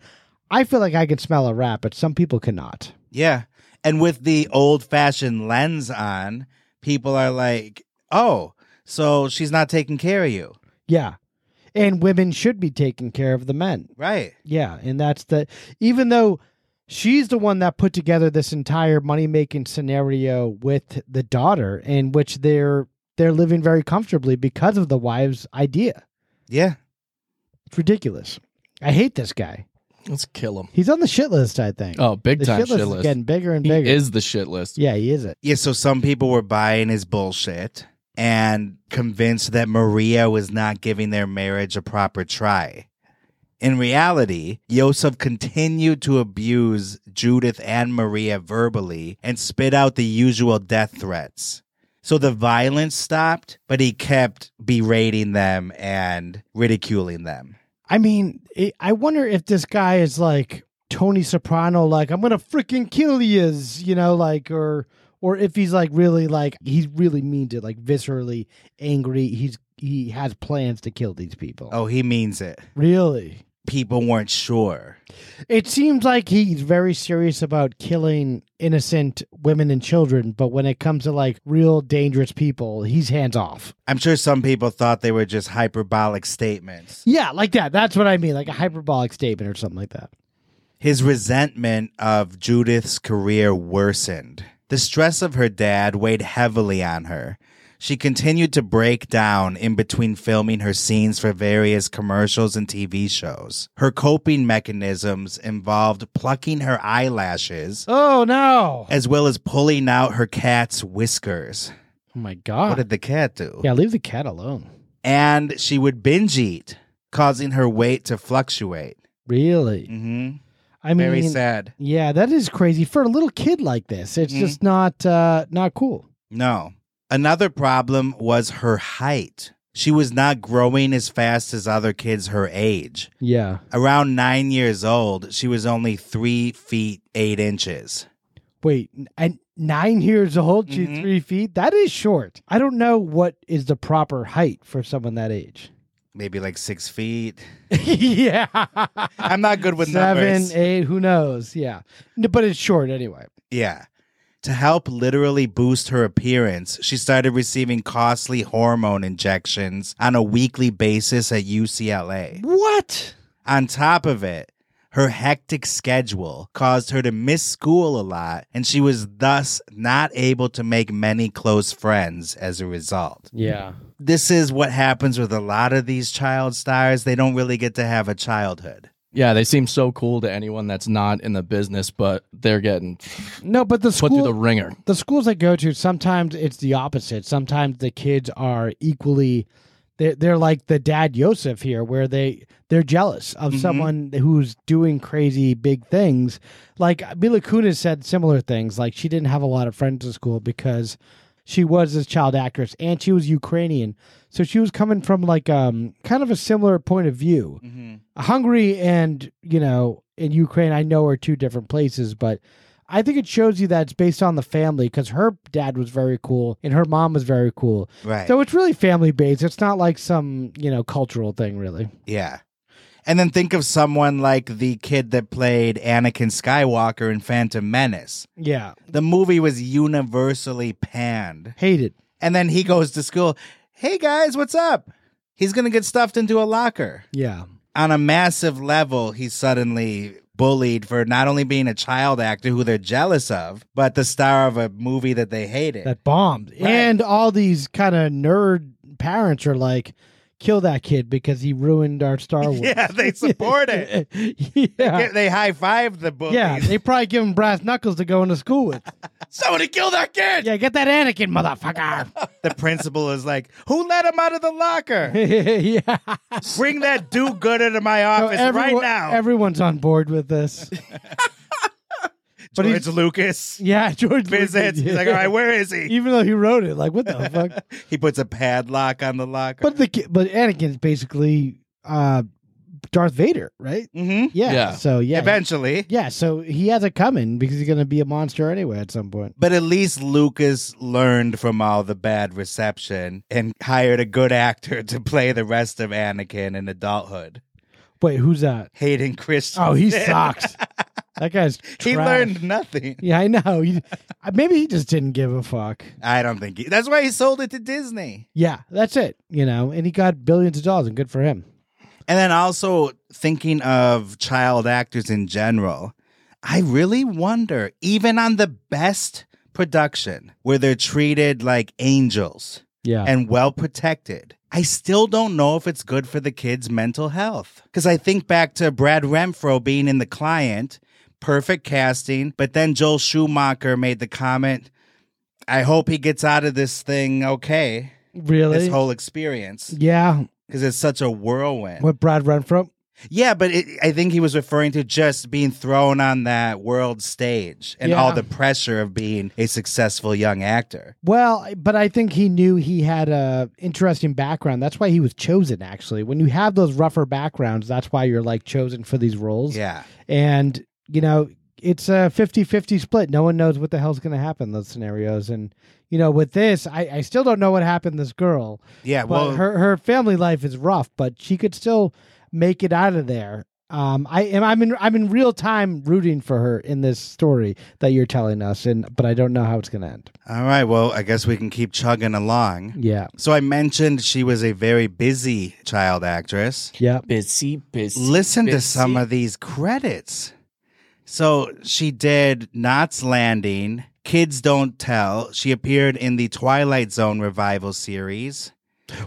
[SPEAKER 11] I feel like I can smell a rat, but some people cannot.
[SPEAKER 1] Yeah. And with the old fashioned lens on, people are like, oh, so she's not taking care of you.
[SPEAKER 11] Yeah. And women should be taking care of the men.
[SPEAKER 1] Right.
[SPEAKER 11] Yeah, and that's the even though she's the one that put together this entire money making scenario with the daughter, in which they're they're living very comfortably because of the wife's idea.
[SPEAKER 1] Yeah.
[SPEAKER 11] It's ridiculous. I hate this guy.
[SPEAKER 12] Let's kill him.
[SPEAKER 11] He's on the shit list, I think.
[SPEAKER 12] Oh, big
[SPEAKER 11] the
[SPEAKER 12] time
[SPEAKER 11] shit list, is getting bigger and
[SPEAKER 12] He
[SPEAKER 11] bigger.
[SPEAKER 12] is the shit list.
[SPEAKER 11] yeah, he is it.
[SPEAKER 1] Yeah. So some people were buying his bullshit and convinced that Maria was not giving their marriage a proper try. In reality, Yosef continued to abuse Judith and Maria verbally and spit out the usual death threats. So the violence stopped, but he kept berating them and ridiculing them.
[SPEAKER 11] I mean, it, I wonder if this guy is like Tony Soprano, like I'm gonna freaking kill yous, you know, like or or if he's like really like he's really mean to like viscerally angry. He's he has plans to kill these people.
[SPEAKER 1] Oh, he means it.
[SPEAKER 11] really?
[SPEAKER 1] People weren't sure.
[SPEAKER 11] It seems like he's very serious about killing innocent women and children, but when it comes to like real dangerous people, he's hands off.
[SPEAKER 1] I'm sure some people thought they were just hyperbolic statements.
[SPEAKER 11] Yeah, like that. That's what I mean, like a hyperbolic statement or something like that.
[SPEAKER 1] His resentment of Judith's career worsened. The stress of her dad weighed heavily on her. She continued to break down in between filming her scenes for various commercials and TV shows. Her coping mechanisms involved plucking her eyelashes
[SPEAKER 11] Oh no!
[SPEAKER 1] as well as pulling out her cat's whiskers.
[SPEAKER 11] Oh my god!
[SPEAKER 1] What did the cat do?
[SPEAKER 11] Yeah, leave the cat alone.
[SPEAKER 1] And she would binge eat, causing her weight to fluctuate.
[SPEAKER 11] Really?
[SPEAKER 1] hmm
[SPEAKER 11] I mean,
[SPEAKER 1] Very sad.
[SPEAKER 11] yeah, that is crazy for a little kid like this. It's
[SPEAKER 1] Mhm.
[SPEAKER 11] just not uh, not cool.
[SPEAKER 1] No. Another problem was her height. she was not growing as fast as other kids her age.
[SPEAKER 14] Yeah.
[SPEAKER 1] Around nine years old, she was only three feet eight inches.
[SPEAKER 11] Wait, and nine years old, she's
[SPEAKER 1] Mm-hmm.
[SPEAKER 11] three feet. That is short. I don't know what is the proper height for someone that age.
[SPEAKER 1] Maybe like six feet.
[SPEAKER 11] yeah.
[SPEAKER 1] I'm not good with
[SPEAKER 11] Seven,
[SPEAKER 1] numbers.
[SPEAKER 11] eight, who knows? Yeah. N- But it's short anyway.
[SPEAKER 1] Yeah. To help literally boost her appearance, she started receiving costly hormone injections on a weekly basis at UCLA.
[SPEAKER 11] What?
[SPEAKER 1] On top of it, her hectic schedule caused her to miss school a lot, and she was thus not able to make many close friends as a result.
[SPEAKER 14] Yeah.
[SPEAKER 1] This is what happens with a lot of these child stars. They don't really get to have a childhood.
[SPEAKER 12] Yeah, they seem so cool to anyone that's not in the business, but they're getting
[SPEAKER 11] No, but the school,
[SPEAKER 12] put through the ringer.
[SPEAKER 11] the schools I go to, sometimes it's the opposite. Sometimes the kids are equally. They're, they're like the dad Yosef here, where they they're jealous of
[SPEAKER 14] Mhm.
[SPEAKER 11] someone who's doing crazy big things. Like Mila Kunis said similar things. Like she didn't have a lot of friends in school because she was a child actress and she was Ukrainian, so she was coming from like um kind of a similar point of view. Hungary and you know in Ukraine, I know are two different places, but I think it shows you that it's based on the family because her dad was very cool and her mom was very cool.
[SPEAKER 1] Right.
[SPEAKER 11] So it's really family based. It's not like some you know cultural thing, really.
[SPEAKER 1] Yeah. And then think of someone like the kid that played Anakin Skywalker in Phantom Menace.
[SPEAKER 11] Yeah.
[SPEAKER 1] The movie was universally panned.
[SPEAKER 11] Hated.
[SPEAKER 1] And then he goes to school. Hey guys, what's up? He's going to get stuffed into a locker.
[SPEAKER 11] Yeah.
[SPEAKER 1] On a massive level, he's suddenly bullied for not only being a child actor who they're jealous of, but the star of a movie that they hated.
[SPEAKER 11] That bombed. And all these kind of nerd parents are like, kill that kid because he ruined our Star Wars.
[SPEAKER 1] yeah, they support it.
[SPEAKER 11] yeah.
[SPEAKER 1] They high five the bullies.
[SPEAKER 11] Yeah, they probably give him brass knuckles to go into school with.
[SPEAKER 1] Somebody kill that kid.
[SPEAKER 11] Yeah, get that Anakin motherfucker.
[SPEAKER 1] The principal is like, "Who let him out of the locker?
[SPEAKER 11] yeah.
[SPEAKER 1] Bring that do-gooder to my
[SPEAKER 11] So
[SPEAKER 1] office right
[SPEAKER 11] everyone-
[SPEAKER 1] now."
[SPEAKER 11] Everyone's on board with this. but he's-
[SPEAKER 1] George Lucas
[SPEAKER 11] Yeah, George
[SPEAKER 1] visits.
[SPEAKER 11] Lucas,
[SPEAKER 1] He's like, "All right, where is he?"
[SPEAKER 11] Even though he wrote it, like what the fuck?
[SPEAKER 1] He puts a padlock on the locker.
[SPEAKER 11] But the ki- but Anakin's basically uh Darth Vader, right?
[SPEAKER 1] mm-hmm.
[SPEAKER 11] Yeah.
[SPEAKER 12] Yeah.
[SPEAKER 11] So yeah,
[SPEAKER 1] Eventually,
[SPEAKER 11] yeah. So he has it coming because he's gonna be a monster anyway at some point.
[SPEAKER 1] But at least Lucas learned from all the bad reception and hired a good actor to play the rest of Anakin in adulthood.
[SPEAKER 11] Wait, who's that?
[SPEAKER 1] Hayden Christensen.
[SPEAKER 11] Oh, he sucks. that guy's
[SPEAKER 1] he
[SPEAKER 11] trash.
[SPEAKER 1] learned nothing.
[SPEAKER 11] Yeah, I know. He, uh, maybe he just didn't give a fuck.
[SPEAKER 1] I don't think he, that's why he sold it to Disney.
[SPEAKER 11] Yeah, that's it. You know, and he got billions of dollars, and good for him.
[SPEAKER 1] And then also thinking of child actors in general, I really wonder, even on the best production where they're treated like angels
[SPEAKER 11] Yeah.
[SPEAKER 1] and well protected, I still don't know if it's good for the kids' mental health. Because I think back to Brad Renfro being in The Client, perfect casting, but then Joel Schumacher made the comment, I hope he gets out of this thing okay,
[SPEAKER 11] really?
[SPEAKER 1] this whole experience,
[SPEAKER 11] yeah.
[SPEAKER 1] because it's such a whirlwind.
[SPEAKER 11] What Brad Renfro?
[SPEAKER 1] Yeah, but it, I think he was referring to just being thrown on that world stage and all
[SPEAKER 11] Yeah.
[SPEAKER 1] the pressure of being a successful young actor.
[SPEAKER 11] Well, but I think he knew he had a interesting background. That's why he was chosen. Actually, when you have those rougher backgrounds, that's why you're like chosen for these roles.
[SPEAKER 1] Yeah.
[SPEAKER 11] And you know, it's a 50-50 split. No one knows what the hell's going to happen in those scenarios. And you know, with this, I, I still don't know what happened to this girl.
[SPEAKER 1] Yeah.
[SPEAKER 11] But
[SPEAKER 1] Well,
[SPEAKER 11] her her family life is rough, but she could still make it out of there. Um, I am I'm in I'm in real time rooting for her in this story that you're telling us, and but I don't know how it's going to end.
[SPEAKER 1] all right. Well, I guess we can keep chugging along.
[SPEAKER 11] Yeah.
[SPEAKER 1] So I mentioned she was a very busy child actress.
[SPEAKER 11] Yeah.
[SPEAKER 12] Busy, busy.
[SPEAKER 1] Listen to some of these credits. So she did Knots Landing, Kids Don't Tell. She appeared in the Twilight Zone revival series.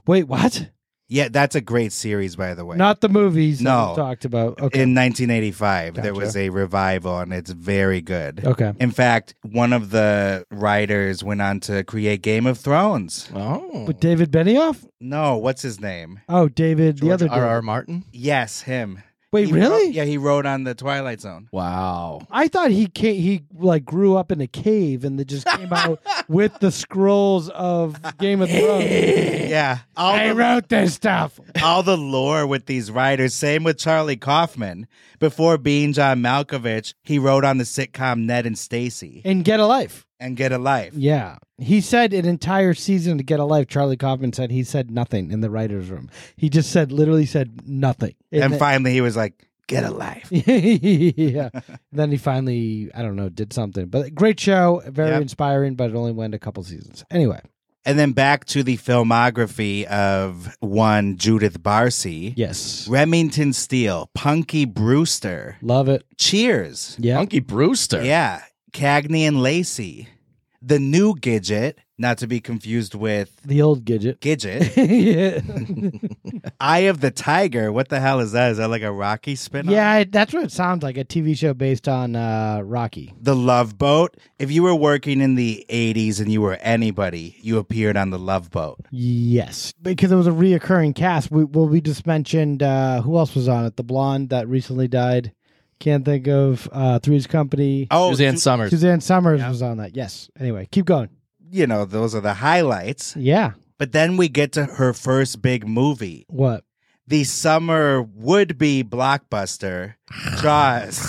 [SPEAKER 11] Wait, what?
[SPEAKER 1] Yeah, that's a great series, by the way.
[SPEAKER 11] Not the movies that
[SPEAKER 1] No.
[SPEAKER 11] we talked about. Okay.
[SPEAKER 1] In 1985, there
[SPEAKER 11] Gotcha.
[SPEAKER 1] was a revival, and it's very good.
[SPEAKER 11] okay.
[SPEAKER 1] In fact, one of the writers went on to create Game of Thrones.
[SPEAKER 12] Oh.
[SPEAKER 11] With David Benioff?
[SPEAKER 1] No, what's his name?
[SPEAKER 11] Oh, David, the
[SPEAKER 12] George
[SPEAKER 11] other dude.
[SPEAKER 12] R.R. Martin?
[SPEAKER 1] Yes, him.
[SPEAKER 11] Wait,
[SPEAKER 1] He
[SPEAKER 11] really?
[SPEAKER 1] wrote- yeah, he wrote on the Twilight Zone.
[SPEAKER 12] Wow.
[SPEAKER 11] I thought he ca he like grew up in a cave and that just came out with the scrolls of Game of Thrones.
[SPEAKER 1] Yeah, all
[SPEAKER 11] I
[SPEAKER 1] the-
[SPEAKER 11] wrote this stuff.
[SPEAKER 1] all the lore with these writers. Same with Charlie Kaufman. Before being John Malkovich, he wrote on the sitcom Ned and Stacy
[SPEAKER 11] And Get a Life.
[SPEAKER 1] and Get a Life.
[SPEAKER 11] Yeah. He said an entire season to Get a Life. Charlie Kaufman said he said nothing in the writer's room. He just said, literally said nothing.
[SPEAKER 1] And
[SPEAKER 11] then-
[SPEAKER 1] finally, he was like, "Get a Life."
[SPEAKER 11] yeah. then he finally, I don't know, did something. But great show. Very
[SPEAKER 1] Yep.
[SPEAKER 11] inspiring, but it only went a couple seasons. Anyway.
[SPEAKER 1] And then back to the filmography of one Judith Barcy,
[SPEAKER 11] Yes.
[SPEAKER 1] Remington Steele, Punky Brewster,
[SPEAKER 11] Love it.
[SPEAKER 1] Cheers,
[SPEAKER 11] Yeah.
[SPEAKER 12] Punky Brewster.
[SPEAKER 1] yeah, Cagney and Lacey, The New Gidget, not to be confused with
[SPEAKER 11] The old Gidget.
[SPEAKER 1] Gidget.
[SPEAKER 11] yeah.
[SPEAKER 1] Eye of the Tiger. What the hell is that? Is that like a Rocky spin-off?
[SPEAKER 11] yeah, I- that's what it sounds like a TV show based on uh, Rocky.
[SPEAKER 1] The Love Boat. If you were working in the 80s and you were anybody, you appeared on The Love Boat.
[SPEAKER 11] Yes, because it was a reoccurring cast. We, well, we just mentioned uh, who else was on it? The blonde that recently died. Can't think of uh, Three's Company.
[SPEAKER 1] Oh,
[SPEAKER 12] Suzanne
[SPEAKER 1] Su-
[SPEAKER 12] Summers.
[SPEAKER 11] Suzanne Summers was on that. Yes. Anyway, keep going.
[SPEAKER 1] you know, those are the highlights.
[SPEAKER 11] Yeah.
[SPEAKER 1] But then we get to her first big movie,
[SPEAKER 11] What?
[SPEAKER 1] the summer would be blockbuster, Jaws,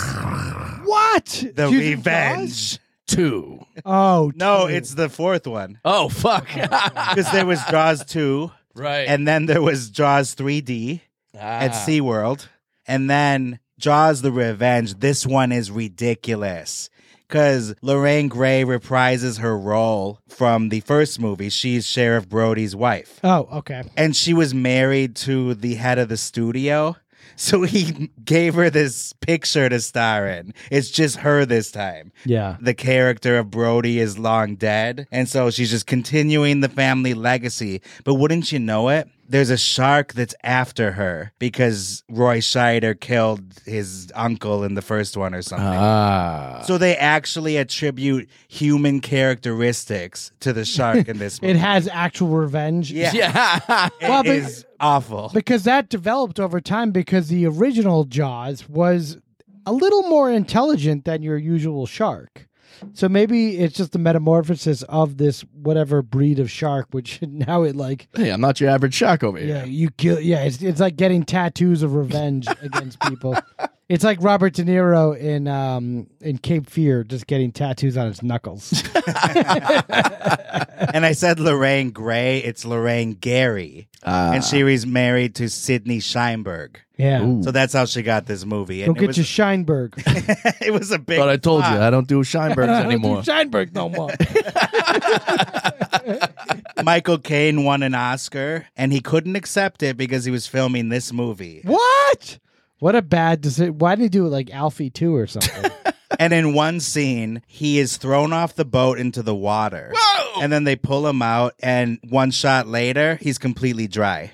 [SPEAKER 11] What?
[SPEAKER 1] The
[SPEAKER 11] She's in
[SPEAKER 1] Revenge.
[SPEAKER 12] Two.
[SPEAKER 11] Jaws? Oh
[SPEAKER 1] No,
[SPEAKER 11] dude.
[SPEAKER 1] it's the fourth one.
[SPEAKER 12] Oh fuck.
[SPEAKER 1] Because there was Jaws 2,
[SPEAKER 12] right.
[SPEAKER 1] and then there was Jaws 3D. at
[SPEAKER 12] Ah.
[SPEAKER 1] SeaWorld. And then Jaws the Revenge. This one is ridiculous. Because Lorraine Gray reprises her role from the first movie. She's Sheriff Brody's wife.
[SPEAKER 11] Oh, okay.
[SPEAKER 1] And she was married to the head of the studio. So he gave her this picture to star in. It's just her this time.
[SPEAKER 11] Yeah.
[SPEAKER 1] The character of Brody is long dead. And so she's just continuing the family legacy. But wouldn't you know it? There's a shark that's after her because Roy Scheider killed his uncle in the first one or something.
[SPEAKER 12] Ah.
[SPEAKER 1] so they actually attribute human characteristics to the shark in this movie.
[SPEAKER 11] It has actual revenge.
[SPEAKER 1] yeah.
[SPEAKER 12] Yeah.
[SPEAKER 1] It
[SPEAKER 11] Well, but-
[SPEAKER 1] is awful.
[SPEAKER 11] Because that developed over time because the original Jaws was a little more intelligent than your usual shark. So maybe it's just the metamorphosis of this whatever breed of shark, which now it like
[SPEAKER 12] hey, I'm not your average shock over here.
[SPEAKER 11] yeah, you kill yeah, it's it's like getting tattoos of revenge against people. It's like Robert De Niro in um in Cape Fear just getting tattoos on his knuckles.
[SPEAKER 1] and I said Lorraine Gray, it's Lorraine Gary.
[SPEAKER 12] Ah.
[SPEAKER 1] and she was married to Sidney Sheinberg.
[SPEAKER 11] Yeah.
[SPEAKER 1] So that's how she got this movie.
[SPEAKER 11] Go
[SPEAKER 1] And it
[SPEAKER 11] get
[SPEAKER 1] was,
[SPEAKER 11] your Scheinberg.
[SPEAKER 1] it was a big.
[SPEAKER 12] But I told you,
[SPEAKER 1] flop.
[SPEAKER 12] I don't do Scheinbergs anymore.
[SPEAKER 11] Scheinberg no more.
[SPEAKER 1] Michael Caine won an Oscar, and he couldn't accept it because he was filming this movie.
[SPEAKER 11] What? What a bad decision. Why did he do it like Alfie 2 or something?
[SPEAKER 1] and in one scene, he is thrown off the boat into the water. Whoa! And then they pull him out, and one shot later, he's completely dry.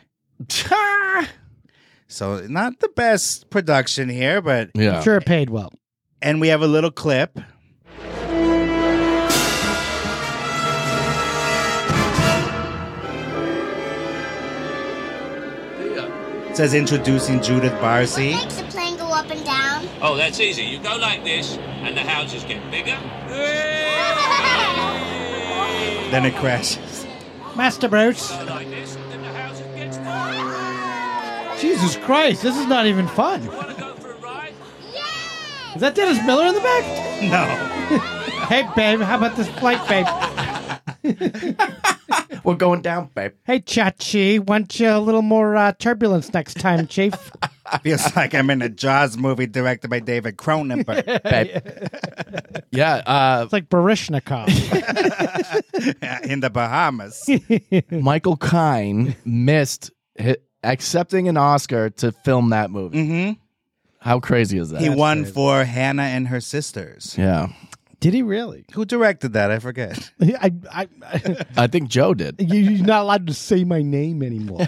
[SPEAKER 1] So not the best production here, but
[SPEAKER 12] yeah.
[SPEAKER 11] I'm sure it paid well.
[SPEAKER 1] and we have a little clip. It says introducing Judith Barcy.
[SPEAKER 6] What makes a plane go up and down?
[SPEAKER 7] Oh, that's easy. You go like this, and the houses get bigger.
[SPEAKER 1] Then it crashes.
[SPEAKER 11] Master Bruce.
[SPEAKER 7] Like this, then the houses get smaller.
[SPEAKER 11] Jesus Christ, this is not even fun.
[SPEAKER 7] Want to go for a ride?
[SPEAKER 11] Is that Dennis Miller in the back?
[SPEAKER 1] No.
[SPEAKER 11] Hey, babe, how about this flight, babe?
[SPEAKER 12] We're going down, babe.
[SPEAKER 11] Hey, Chachi, want you a little more uh, turbulence next time, Chief?
[SPEAKER 1] Feels like I'm in a Jaws movie directed by David Cronenberg.
[SPEAKER 12] Babe. yeah. Uh,
[SPEAKER 11] It's like Barishnikov.
[SPEAKER 1] in the Bahamas.
[SPEAKER 12] Michael Kine missed hi accepting an Oscar to film that movie.
[SPEAKER 1] hmm
[SPEAKER 12] How crazy is that?
[SPEAKER 1] He won for Hannah and her sisters.
[SPEAKER 12] yeah.
[SPEAKER 11] Did he really?
[SPEAKER 1] Who directed that? I forget.
[SPEAKER 11] I, I, I,
[SPEAKER 12] I think Joe did.
[SPEAKER 11] you- you're not allowed to say my name anymore.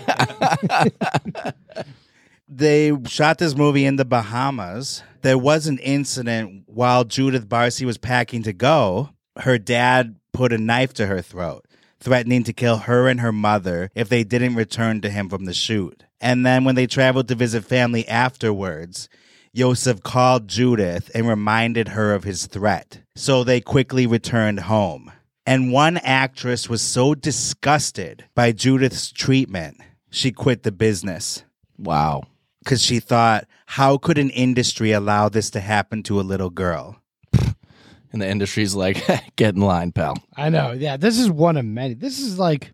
[SPEAKER 1] they shot this movie in the Bahamas. There was an incident while Judith Barcy was packing to go. Her dad put a knife to her throat, threatening to kill her and her mother if they didn't return to him from the shoot. And then when they traveled to visit family afterwards, Yosef called Judith and reminded her of his threat. So they quickly returned home. And one actress was so disgusted by Judith's treatment, she quit the business.
[SPEAKER 12] Wow.
[SPEAKER 1] Because she thought, how could an industry allow this to happen to a little girl?
[SPEAKER 12] And the industry's like, get in line, pal.
[SPEAKER 11] I know. Yeah, this is one of many. This is like,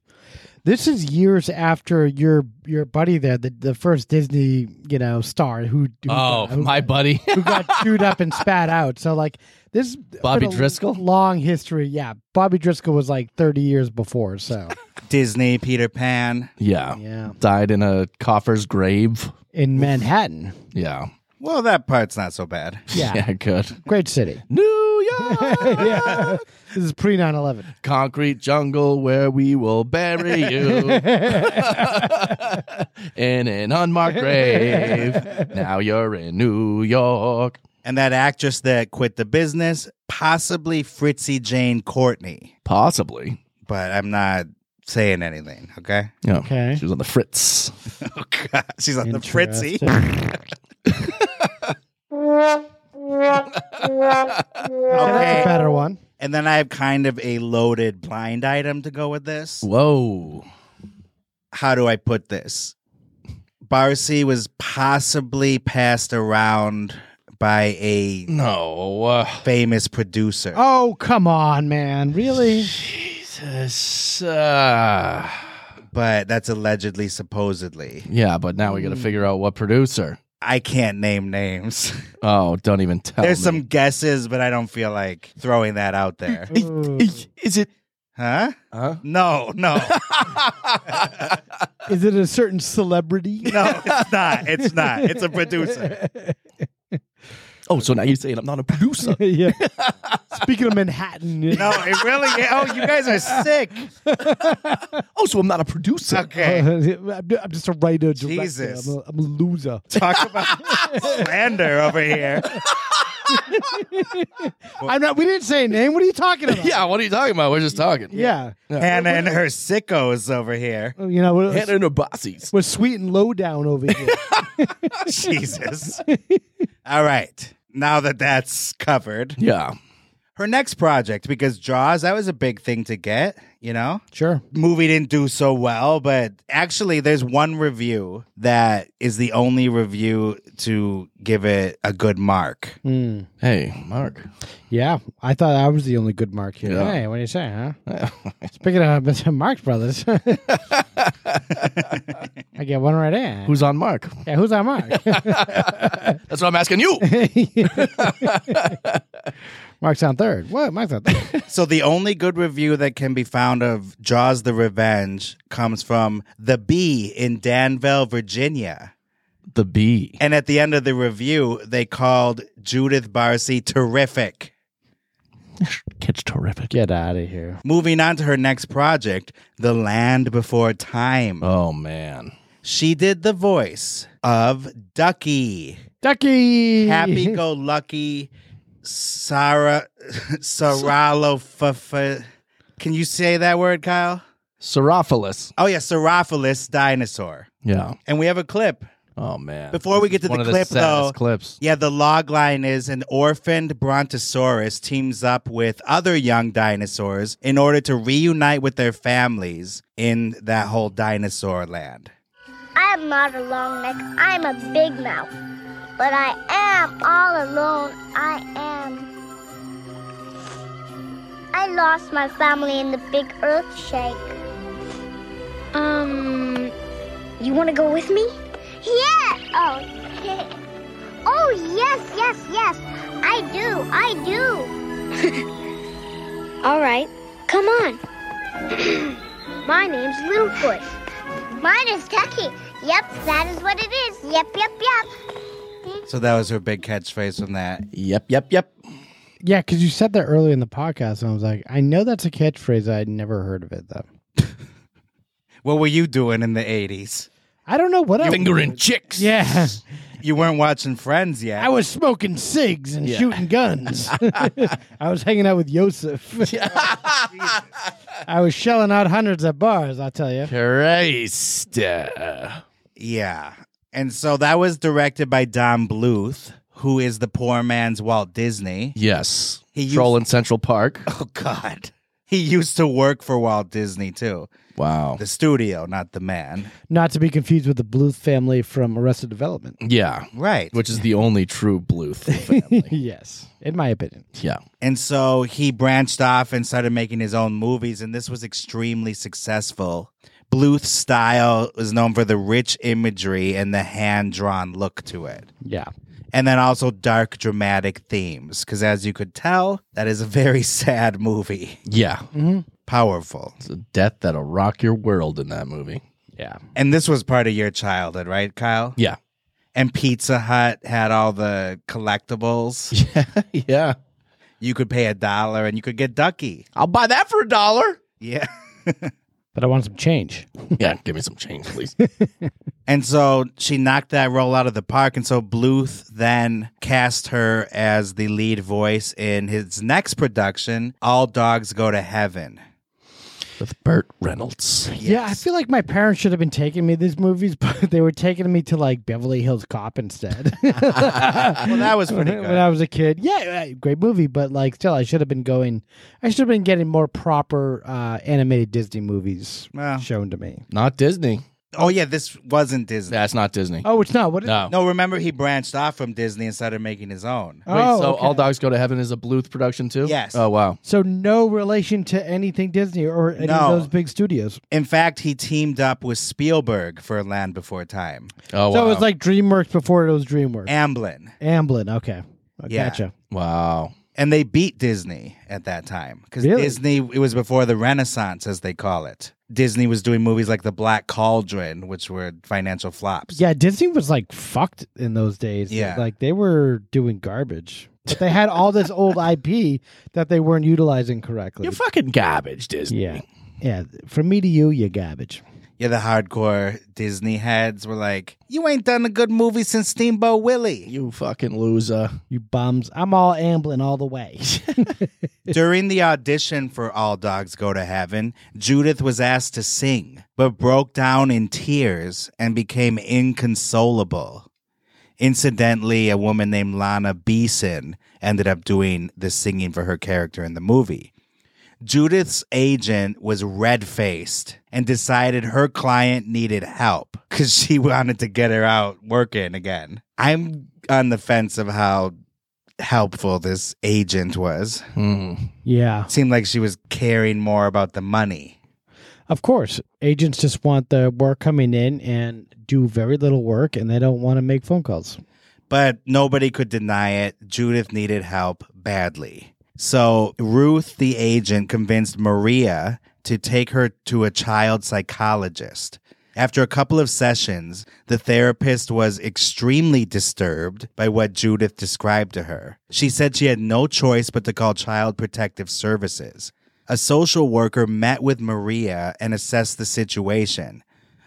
[SPEAKER 11] this is years after your your buddy there, the, the first Disney you know star who. who
[SPEAKER 12] oh,
[SPEAKER 11] who,
[SPEAKER 12] my buddy
[SPEAKER 11] who got chewed up and spat out. So like this
[SPEAKER 12] Bobby
[SPEAKER 11] been a
[SPEAKER 12] Driscoll?
[SPEAKER 11] long history. Yeah, Bobby Driscoll was like thirty years before. So
[SPEAKER 1] Disney, Peter Pan.
[SPEAKER 12] Yeah.
[SPEAKER 11] Yeah.
[SPEAKER 12] Died in a coffer's grave.
[SPEAKER 11] in Manhattan,
[SPEAKER 12] Yeah.
[SPEAKER 1] Well, that part's not so bad.
[SPEAKER 11] Yeah.
[SPEAKER 12] good.
[SPEAKER 11] great city.
[SPEAKER 12] New York.
[SPEAKER 11] yeah, this is pre 9-11.
[SPEAKER 12] Concrete jungle where we will bury you in an unmarked grave. Now you're in New York.
[SPEAKER 1] And that actress that quit the business, possibly Fritzy Jane Courtney.
[SPEAKER 12] Possibly.
[SPEAKER 1] But I'm not saying anything, okay?
[SPEAKER 12] Yeah.
[SPEAKER 11] Okay.
[SPEAKER 12] She was on the Fritz.
[SPEAKER 1] Oh, God. She's on the Fritzy.
[SPEAKER 11] Interesting. That's a
[SPEAKER 1] Okay.
[SPEAKER 11] better one.
[SPEAKER 1] And then I have kind of a loaded blind item to go with this.
[SPEAKER 12] Whoa.
[SPEAKER 1] How do I put this? Barcy was possibly passed around by a
[SPEAKER 12] No. Uh,
[SPEAKER 1] famous producer.
[SPEAKER 11] Oh come on, man! Really?
[SPEAKER 12] Jesus. Uh,
[SPEAKER 1] But that's allegedly, supposedly.
[SPEAKER 12] yeah, but now we got to figure out what producer.
[SPEAKER 1] I can't name names.
[SPEAKER 12] Oh, don't even tell
[SPEAKER 1] There's
[SPEAKER 12] me.
[SPEAKER 1] some guesses, but I don't feel like throwing that out there.
[SPEAKER 12] Is, it?
[SPEAKER 1] Huh?
[SPEAKER 12] Huh?
[SPEAKER 1] No, no,
[SPEAKER 11] Is it a certain celebrity?
[SPEAKER 1] no, it's not. It's not. It's a producer.
[SPEAKER 12] Oh, so now you're saying I'm not a producer?
[SPEAKER 11] yeah. Speaking of Manhattan,
[SPEAKER 1] No, it really. Oh, you guys are sick.
[SPEAKER 12] oh, so I'm not a producer?
[SPEAKER 1] Okay.
[SPEAKER 11] I'm ju- I'm just a writer. Director.
[SPEAKER 1] Jesus.
[SPEAKER 11] I'm, a, I'm a loser.
[SPEAKER 1] Talk about slander over here.
[SPEAKER 11] I'm not. We didn't say a name. What are you talking about?
[SPEAKER 12] Yeah. What are you talking about? We're just talking.
[SPEAKER 11] yeah.
[SPEAKER 1] Hannah and her sickos over here.
[SPEAKER 11] You know, we're,
[SPEAKER 12] Hannah and her bossies.
[SPEAKER 11] we're sweet and low down over here.
[SPEAKER 1] Jesus. All right. Now that that's covered,
[SPEAKER 12] Yeah.
[SPEAKER 1] her next project, because Jaws, that was a big thing to get, you know?
[SPEAKER 11] sure.
[SPEAKER 1] movie didn't do so well, but actually, there's one review that is the only review to give it a good mark.
[SPEAKER 11] Mm.
[SPEAKER 12] Hey, Mark.
[SPEAKER 11] Yeah, I thought I was the only good mark here.
[SPEAKER 12] Yeah.
[SPEAKER 11] Hey, what do you say, huh? Speaking of Mr. Marx Brothers, I get one right in.
[SPEAKER 12] Who's on Mark?
[SPEAKER 11] yeah, who's our Mark?
[SPEAKER 12] That's what I'm asking you.
[SPEAKER 11] Mark's on third. What? Mark's on third.
[SPEAKER 1] So, the only good review that can be found of Jaws the Revenge comes from The Bee in Danville, Virginia.
[SPEAKER 12] the B.
[SPEAKER 1] And at the end of the review, they called Judith Barcy terrific.
[SPEAKER 12] Kid's terrific.
[SPEAKER 11] Get out of here.
[SPEAKER 1] Moving on to her next project, The Land Before Time.
[SPEAKER 12] Oh man.
[SPEAKER 1] She did the voice of Ducky.
[SPEAKER 11] Ducky.
[SPEAKER 1] happy go lucky Sarah Saralofafa. Can you say that word, Kyle?
[SPEAKER 12] Serophilis.
[SPEAKER 1] Oh yeah, Sarophilis dinosaur.
[SPEAKER 12] Yeah.
[SPEAKER 1] And we have a clip.
[SPEAKER 12] Oh man.
[SPEAKER 1] Before we
[SPEAKER 12] This
[SPEAKER 1] get to
[SPEAKER 12] is one
[SPEAKER 1] the
[SPEAKER 12] of
[SPEAKER 1] clip,
[SPEAKER 12] saddest
[SPEAKER 1] though-
[SPEAKER 12] clips.
[SPEAKER 1] Yeah, the log line is an orphaned brontosaurus teams up with other young dinosaurs in order to reunite with their families in that whole dinosaur land.
[SPEAKER 6] I am not a long neck. I am a big mouth. But I am all alone. I am. I lost my family in the big earthshake. Um, you want to go with me? Yeah. Oh. oh yes, yes, yes. I do. I do. all right. Come on. my name's Littlefoot. Mine is Ducky. Yep, that is what it is. Yep, yep, yep.
[SPEAKER 1] So that was her big catchphrase from that.
[SPEAKER 12] Yep. Yep. Yep.
[SPEAKER 11] Yeah, because you said that earlier in the podcast, and I was like, I know that's a catchphrase. I'd never heard of it though.
[SPEAKER 1] What were you doing in the 80s?
[SPEAKER 11] I don't know what I.
[SPEAKER 12] Fingering chicks.
[SPEAKER 11] Yeah,
[SPEAKER 1] You weren't watching Friends yet.
[SPEAKER 11] I was smoking cigs and shooting guns. I was hanging out with Yosef. I was shelling out hundreds of bars. I tell you.
[SPEAKER 12] Christ. Uh,
[SPEAKER 1] Yeah. And so that was directed by Don Bluth, who is the poor man's Walt Disney.
[SPEAKER 12] Yes.
[SPEAKER 1] He used-
[SPEAKER 12] Troll in Central Park.
[SPEAKER 1] Oh God. He used to work for Walt Disney too.
[SPEAKER 12] Wow.
[SPEAKER 1] The studio, not the man.
[SPEAKER 11] Not to be confused with the Bluth family from Arrested Development.
[SPEAKER 12] Yeah.
[SPEAKER 1] Right.
[SPEAKER 12] Which is the only true Bluth family.
[SPEAKER 11] yes, in my opinion.
[SPEAKER 12] yeah.
[SPEAKER 1] And so he branched off and started making his own movies, and this was extremely successful. Bluth's style was known for the rich imagery and the hand drawn look to it.
[SPEAKER 11] Yeah.
[SPEAKER 1] And then also dark, dramatic themes. Because as you could tell, that is a very sad movie.
[SPEAKER 12] Yeah.
[SPEAKER 1] Powerful.
[SPEAKER 12] It's a death that'll rock your world in that movie.
[SPEAKER 11] Yeah.
[SPEAKER 1] And this was part of your childhood, right, Kyle?
[SPEAKER 12] Yeah.
[SPEAKER 1] And Pizza Hut had all the collectibles.
[SPEAKER 12] Yeah. yeah.
[SPEAKER 1] You could pay a dollar and you could get Ducky.
[SPEAKER 12] I'll buy that for a dollar.
[SPEAKER 1] Yeah.
[SPEAKER 11] But I want some change.
[SPEAKER 12] Yeah. Give me some change, please.
[SPEAKER 1] And so she knocked that role out of the park. And so Bluth then cast her as the lead voice in his next production, All Dogs Go to Heaven.
[SPEAKER 12] With Burt Reynolds.
[SPEAKER 11] Yeah, I feel like my parents should have been taking me to these movies, but they were taking me to like Beverly Hills Cop instead.
[SPEAKER 1] Well, that was
[SPEAKER 11] when,
[SPEAKER 1] pretty
[SPEAKER 11] when
[SPEAKER 1] good.
[SPEAKER 11] I was a kid. Yeah, uh, great movie, but like still, I should have been going. I should have been getting more proper uh, animated Disney movies
[SPEAKER 1] Well.
[SPEAKER 11] shown to me.
[SPEAKER 12] Not Disney.
[SPEAKER 1] Oh, yeah, this wasn't Disney.
[SPEAKER 12] That's not Disney.
[SPEAKER 11] Oh, it's not. What? Is,
[SPEAKER 12] No.
[SPEAKER 1] No, remember he branched off from Disney and started making his own.
[SPEAKER 12] Wait,
[SPEAKER 11] Oh,
[SPEAKER 12] so
[SPEAKER 11] okay.
[SPEAKER 12] All Dogs Go to Heaven is a Bluth production too?
[SPEAKER 1] Yes.
[SPEAKER 12] Oh, wow.
[SPEAKER 11] So no relation to anything Disney or any
[SPEAKER 1] No.
[SPEAKER 11] of those big studios.
[SPEAKER 1] In fact, he teamed up with Spielberg for Land Before Time.
[SPEAKER 12] Oh, wow.
[SPEAKER 11] so it was like DreamWorks before it was DreamWorks.
[SPEAKER 1] Amblin.
[SPEAKER 11] Amblin. Okay. I
[SPEAKER 1] Yeah.
[SPEAKER 11] Gotcha.
[SPEAKER 12] wow.
[SPEAKER 1] And they beat Disney at that time because
[SPEAKER 11] Really?
[SPEAKER 1] Disney, it was before the Renaissance, as they call it. Disney was doing movies like The Black Cauldron, which were financial flops.
[SPEAKER 11] Yeah, Disney was like fucked in those days.
[SPEAKER 1] Yeah.
[SPEAKER 11] Like they were doing garbage. But they had all this old IP that they weren't utilizing correctly.
[SPEAKER 12] You're fucking garbage, Disney.
[SPEAKER 11] yeah. Yeah. From me to you, you garbage.
[SPEAKER 1] Yeah, the hardcore Disney heads were like, You ain't done a good movie since Steamboat Willie.
[SPEAKER 12] You fucking loser.
[SPEAKER 11] You bums. I'm all ambling all the way.
[SPEAKER 1] During the audition for All Dogs Go to Heaven, Judith was asked to sing, but broke down in tears and became inconsolable. Incidentally, a woman named Lana Beeson ended up doing the singing for her character in the movie. Judith's agent was red faced and decided her client needed help because she wanted to get her out working again. I'm on the fence of how helpful this agent was.
[SPEAKER 12] Hmm.
[SPEAKER 11] yeah.
[SPEAKER 1] Seemed like she was caring more about the money.
[SPEAKER 11] Of course. Agents just want the work coming in and do very little work and they don't want to make phone calls.
[SPEAKER 1] But nobody could deny it. Judith needed help badly. So Ruth, the agent, convinced Maria to take her to a child psychologist. After a couple of sessions, the therapist was extremely disturbed by what Judith described to her. She said she had no choice but to call Child Protective Services. A social worker met with Maria and assessed the situation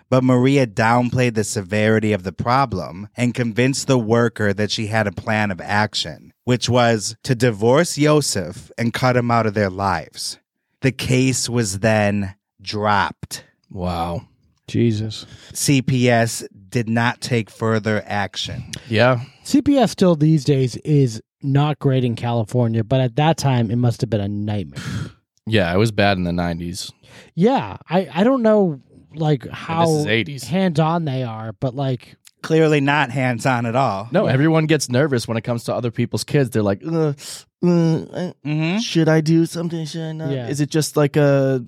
[SPEAKER 1] but Maria downplayed the severity of the problem and convinced the worker that she had a plan of action, which was to divorce Yosef and cut him out of their lives. The case was then dropped.
[SPEAKER 12] Wow.
[SPEAKER 11] Jesus.
[SPEAKER 1] CPS did not take further action.
[SPEAKER 12] Yeah.
[SPEAKER 11] CPS still these days is not great in California, but at that time it must have been a nightmare.
[SPEAKER 12] Yeah, it was bad in the 90s.
[SPEAKER 11] yeah, I I don't know like
[SPEAKER 12] is
[SPEAKER 11] how
[SPEAKER 12] 80s.
[SPEAKER 11] hands on they are, but like
[SPEAKER 1] Clearly not hands on at all.
[SPEAKER 12] No, everyone gets nervous when it comes to other people's kids. They're like, uh, uh,
[SPEAKER 1] Mhm.
[SPEAKER 12] should I do something? Should I not?
[SPEAKER 11] Hmm? Yeah.
[SPEAKER 12] Is it just like a,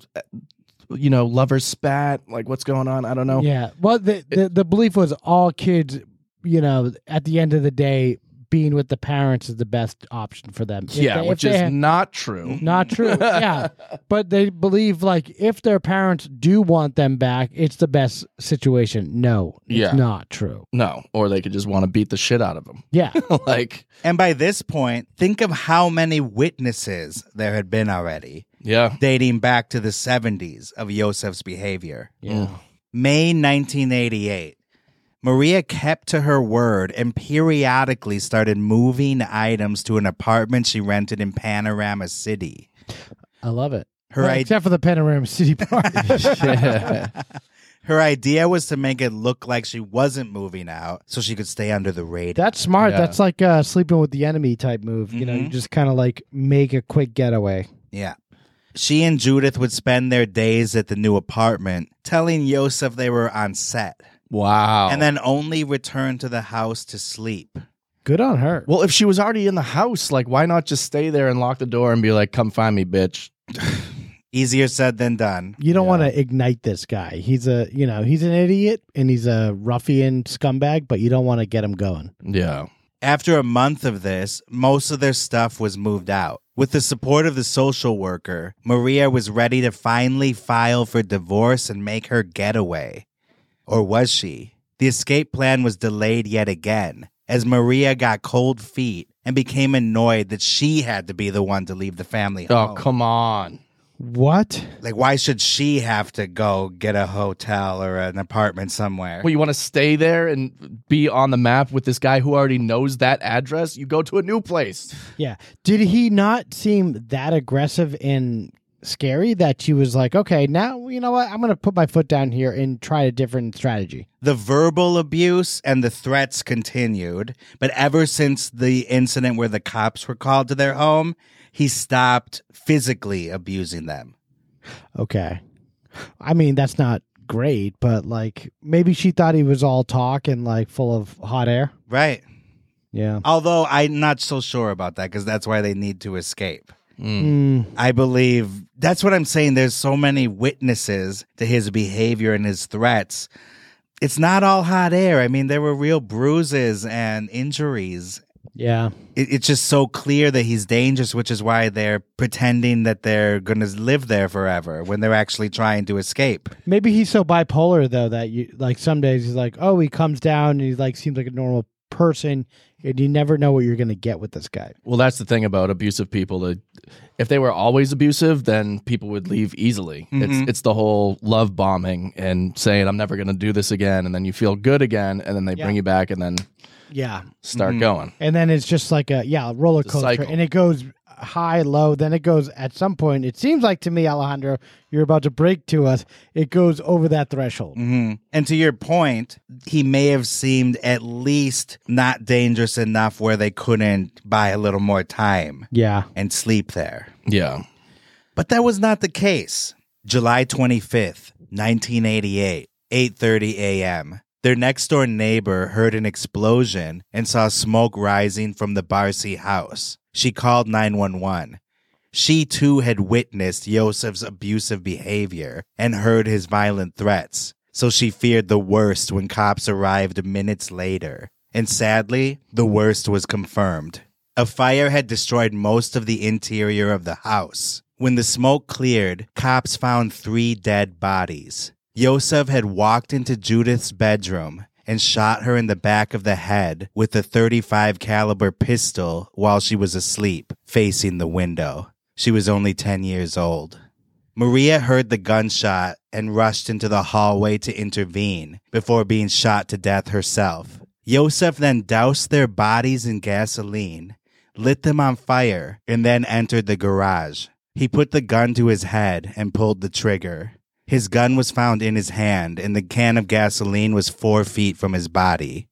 [SPEAKER 12] you know, lover spat? Like what's going on? I don't know.
[SPEAKER 11] yeah, well the, the the belief was all kids, you know, at the end of the day, being with the parents is the best option for them. If
[SPEAKER 12] Yeah,
[SPEAKER 11] they- if
[SPEAKER 12] which
[SPEAKER 11] they
[SPEAKER 12] is
[SPEAKER 11] ha-
[SPEAKER 12] not true.
[SPEAKER 11] not true. yeah, but they believe like if their parents do want them back, it's the best situation. No, it's
[SPEAKER 12] Yeah.
[SPEAKER 11] not true.
[SPEAKER 12] No, or they could just want to beat the shit out of them.
[SPEAKER 11] Yeah.
[SPEAKER 12] like,
[SPEAKER 1] And by this point, think of how many witnesses there had been already,
[SPEAKER 12] yeah.
[SPEAKER 1] dating back to the 70s of Yosef's behavior.
[SPEAKER 11] Yeah.
[SPEAKER 1] May 1988. Maria kept to her word and periodically started moving items to an apartment she rented in Panorama City.
[SPEAKER 11] I love it.
[SPEAKER 1] Her
[SPEAKER 11] Well,
[SPEAKER 1] idea.
[SPEAKER 11] except for the Panorama City part.
[SPEAKER 12] yeah.
[SPEAKER 1] Her idea was to make it look like she wasn't moving out so she could stay under the radar.
[SPEAKER 11] That's smart. Yeah. That's like uh, sleeping with the enemy type move. Mm-hmm. You know, you just kind of like make a quick getaway.
[SPEAKER 1] Yeah. She and Judith would spend their days at the new apartment telling Yosef they were on set.
[SPEAKER 12] Wow.
[SPEAKER 1] And then only return to the house to sleep.
[SPEAKER 11] Good on her.
[SPEAKER 12] Well, if she was already in the house, like, why not just stay there and lock the door and be like, come find me, bitch?
[SPEAKER 1] Easier said than done.
[SPEAKER 11] You don't yeah. want to ignite this guy. He's a, you know, he's an idiot and he's a ruffian scumbag, but you don't want to get him going.
[SPEAKER 12] Yeah.
[SPEAKER 1] After a month of this, most of their stuff was moved out. With the support of the social worker, Maria was ready to finally file for divorce and make her getaway. Or was she? The escape plan was delayed yet again, as Maria got cold feet and became annoyed that she had to be the one to leave the family home.
[SPEAKER 12] Oh, come on.
[SPEAKER 11] What?
[SPEAKER 1] Like, why should she have to go get a hotel or an apartment somewhere?
[SPEAKER 12] Well, you want to stay there and be on the map with this guy who already knows that address? You go to a new place.
[SPEAKER 11] Yeah. Did he not seem that aggressive in scary that she was like, okay, now you know what? I'm going to put my foot down here and try a different strategy.
[SPEAKER 1] The verbal abuse and the threats continued, but ever since the incident where the cops were called to their home, he stopped physically abusing them.
[SPEAKER 11] Okay. I mean, that's not great, but like maybe she thought he was all talk and like full of hot air.
[SPEAKER 1] Right.
[SPEAKER 11] Yeah.
[SPEAKER 1] Although I'm not so sure about that because that's why they need to escape. Mm.
[SPEAKER 11] Hmm.
[SPEAKER 1] I believe that's what I'm saying. There's so many witnesses to his behavior and his threats. It's not all hot air. I mean, there were real bruises and injuries.
[SPEAKER 11] Yeah.
[SPEAKER 1] It, it's just so clear that he's dangerous, which is why they're pretending that they're going to live there forever when they're actually trying to escape.
[SPEAKER 11] Maybe he's so bipolar, though, that you like some days he's like, oh, he comes down and he like seems like a normal person and you never know what you're going to get with this guy.
[SPEAKER 12] Well, that's the thing about abusive people. If they were always abusive, then people would leave easily. Mm-hmm. It's it's the whole love bombing and saying I'm never going to do this again, and then you feel good again, and then they yeah. bring you back, and then
[SPEAKER 11] yeah,
[SPEAKER 12] start mm-hmm. going.
[SPEAKER 11] And then it's just like a yeah roller coaster, and it goes high, low. Then it goes at some point. It seems like to me, Alejandro, you're about to break to us. It goes over that threshold.
[SPEAKER 1] Mm-hmm. And to your point, he may have seemed at least not dangerous enough where they couldn't buy a little more time.
[SPEAKER 11] Yeah.
[SPEAKER 1] And sleep there.
[SPEAKER 12] Yeah.
[SPEAKER 1] But that was not the case. July 25th, 1988, 8:30 a.m. Their next door neighbor heard an explosion and saw smoke rising from the Barcy house. She called 911. She too had witnessed Yosef's abusive behavior and heard his violent threats, so she feared the worst when cops arrived minutes later. And sadly, the worst was confirmed. A fire had destroyed most of the interior of the house. When the smoke cleared, cops found three dead bodies. Yosef had walked into Judith's bedroom and shot her in the back of the head with a 35 caliber pistol while she was asleep facing the window. She was only 10 years old. Maria heard the gunshot and rushed into the hallway to intervene before being shot to death herself. Yosef then doused their bodies in gasoline, lit them on fire, and then entered the garage. He put the gun to his head and pulled the trigger. His gun was found in his hand, and the can of gasoline was four feet from his body.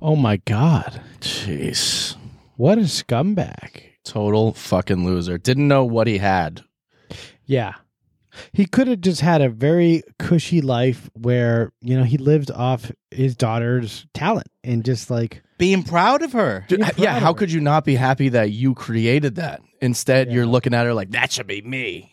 [SPEAKER 11] Oh my God.
[SPEAKER 12] Jeez.
[SPEAKER 11] What a scumbag.
[SPEAKER 12] Total fucking loser. Didn't know what he had.
[SPEAKER 11] Yeah. He could have just had a very cushy life where, you know, he lived off his daughter's talent and just like
[SPEAKER 1] being proud of her.
[SPEAKER 12] Dude, proud yeah. How her. could you not be happy that you created that? Instead, yeah. you're looking at her like, that should be me.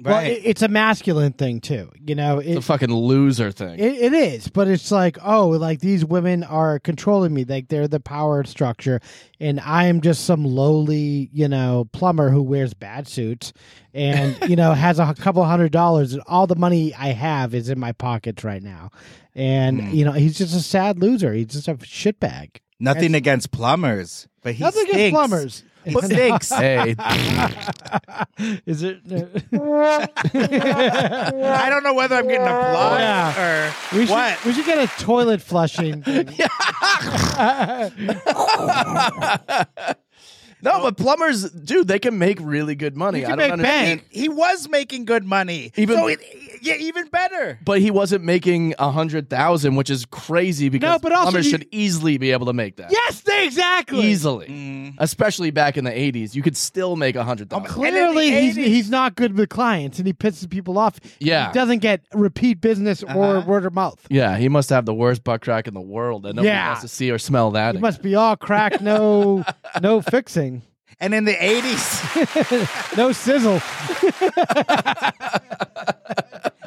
[SPEAKER 11] Right. Well, it, it's a masculine thing too. You know,
[SPEAKER 12] it, it's a fucking loser thing.
[SPEAKER 11] It, it is, but it's like, oh, like these women are controlling me. Like they're the power structure, and I am just some lowly, you know, plumber who wears bad suits and you know has a couple hundred dollars, and all the money I have is in my pockets right now. And
[SPEAKER 1] Hmm.
[SPEAKER 11] mm. you know, he's just a sad loser. He's just a shitbag.
[SPEAKER 1] Nothing That's, against plumbers, but he
[SPEAKER 11] nothing
[SPEAKER 1] stinks.
[SPEAKER 11] against plumbers.
[SPEAKER 1] But stinks.
[SPEAKER 12] hey.
[SPEAKER 11] Is it?
[SPEAKER 1] I don't know whether I'm getting applause yeah.
[SPEAKER 11] or we should, what. We should get a toilet flushing.
[SPEAKER 12] No, but plumbers, dude, they can make really good money.
[SPEAKER 14] You
[SPEAKER 12] I
[SPEAKER 14] can
[SPEAKER 12] don't
[SPEAKER 14] make
[SPEAKER 12] understand.
[SPEAKER 14] bank. He was making good money.
[SPEAKER 12] Even-
[SPEAKER 14] so it, yeah, even better.
[SPEAKER 12] But he wasn't making a hundred thousand, which is crazy because
[SPEAKER 14] No, but also
[SPEAKER 12] plumbers
[SPEAKER 14] you-
[SPEAKER 12] should easily be able to make that.
[SPEAKER 14] Yes, they- exactly.
[SPEAKER 12] easily, especially back in the '80s. You could still make a hundred thousand.
[SPEAKER 11] Clearly, he's, he's not good with clients, and he pisses people off.
[SPEAKER 12] Yeah.
[SPEAKER 11] he doesn't get repeat business
[SPEAKER 12] Uh-huh.
[SPEAKER 11] or word of mouth.
[SPEAKER 12] yeah, he must have the worst butt crack in the world, and nobody
[SPEAKER 11] Yeah.
[SPEAKER 12] wants to see or smell that.
[SPEAKER 11] He
[SPEAKER 12] again.
[SPEAKER 11] must be all crack, no, no fixing,
[SPEAKER 14] And in the 80s,
[SPEAKER 11] no sizzle.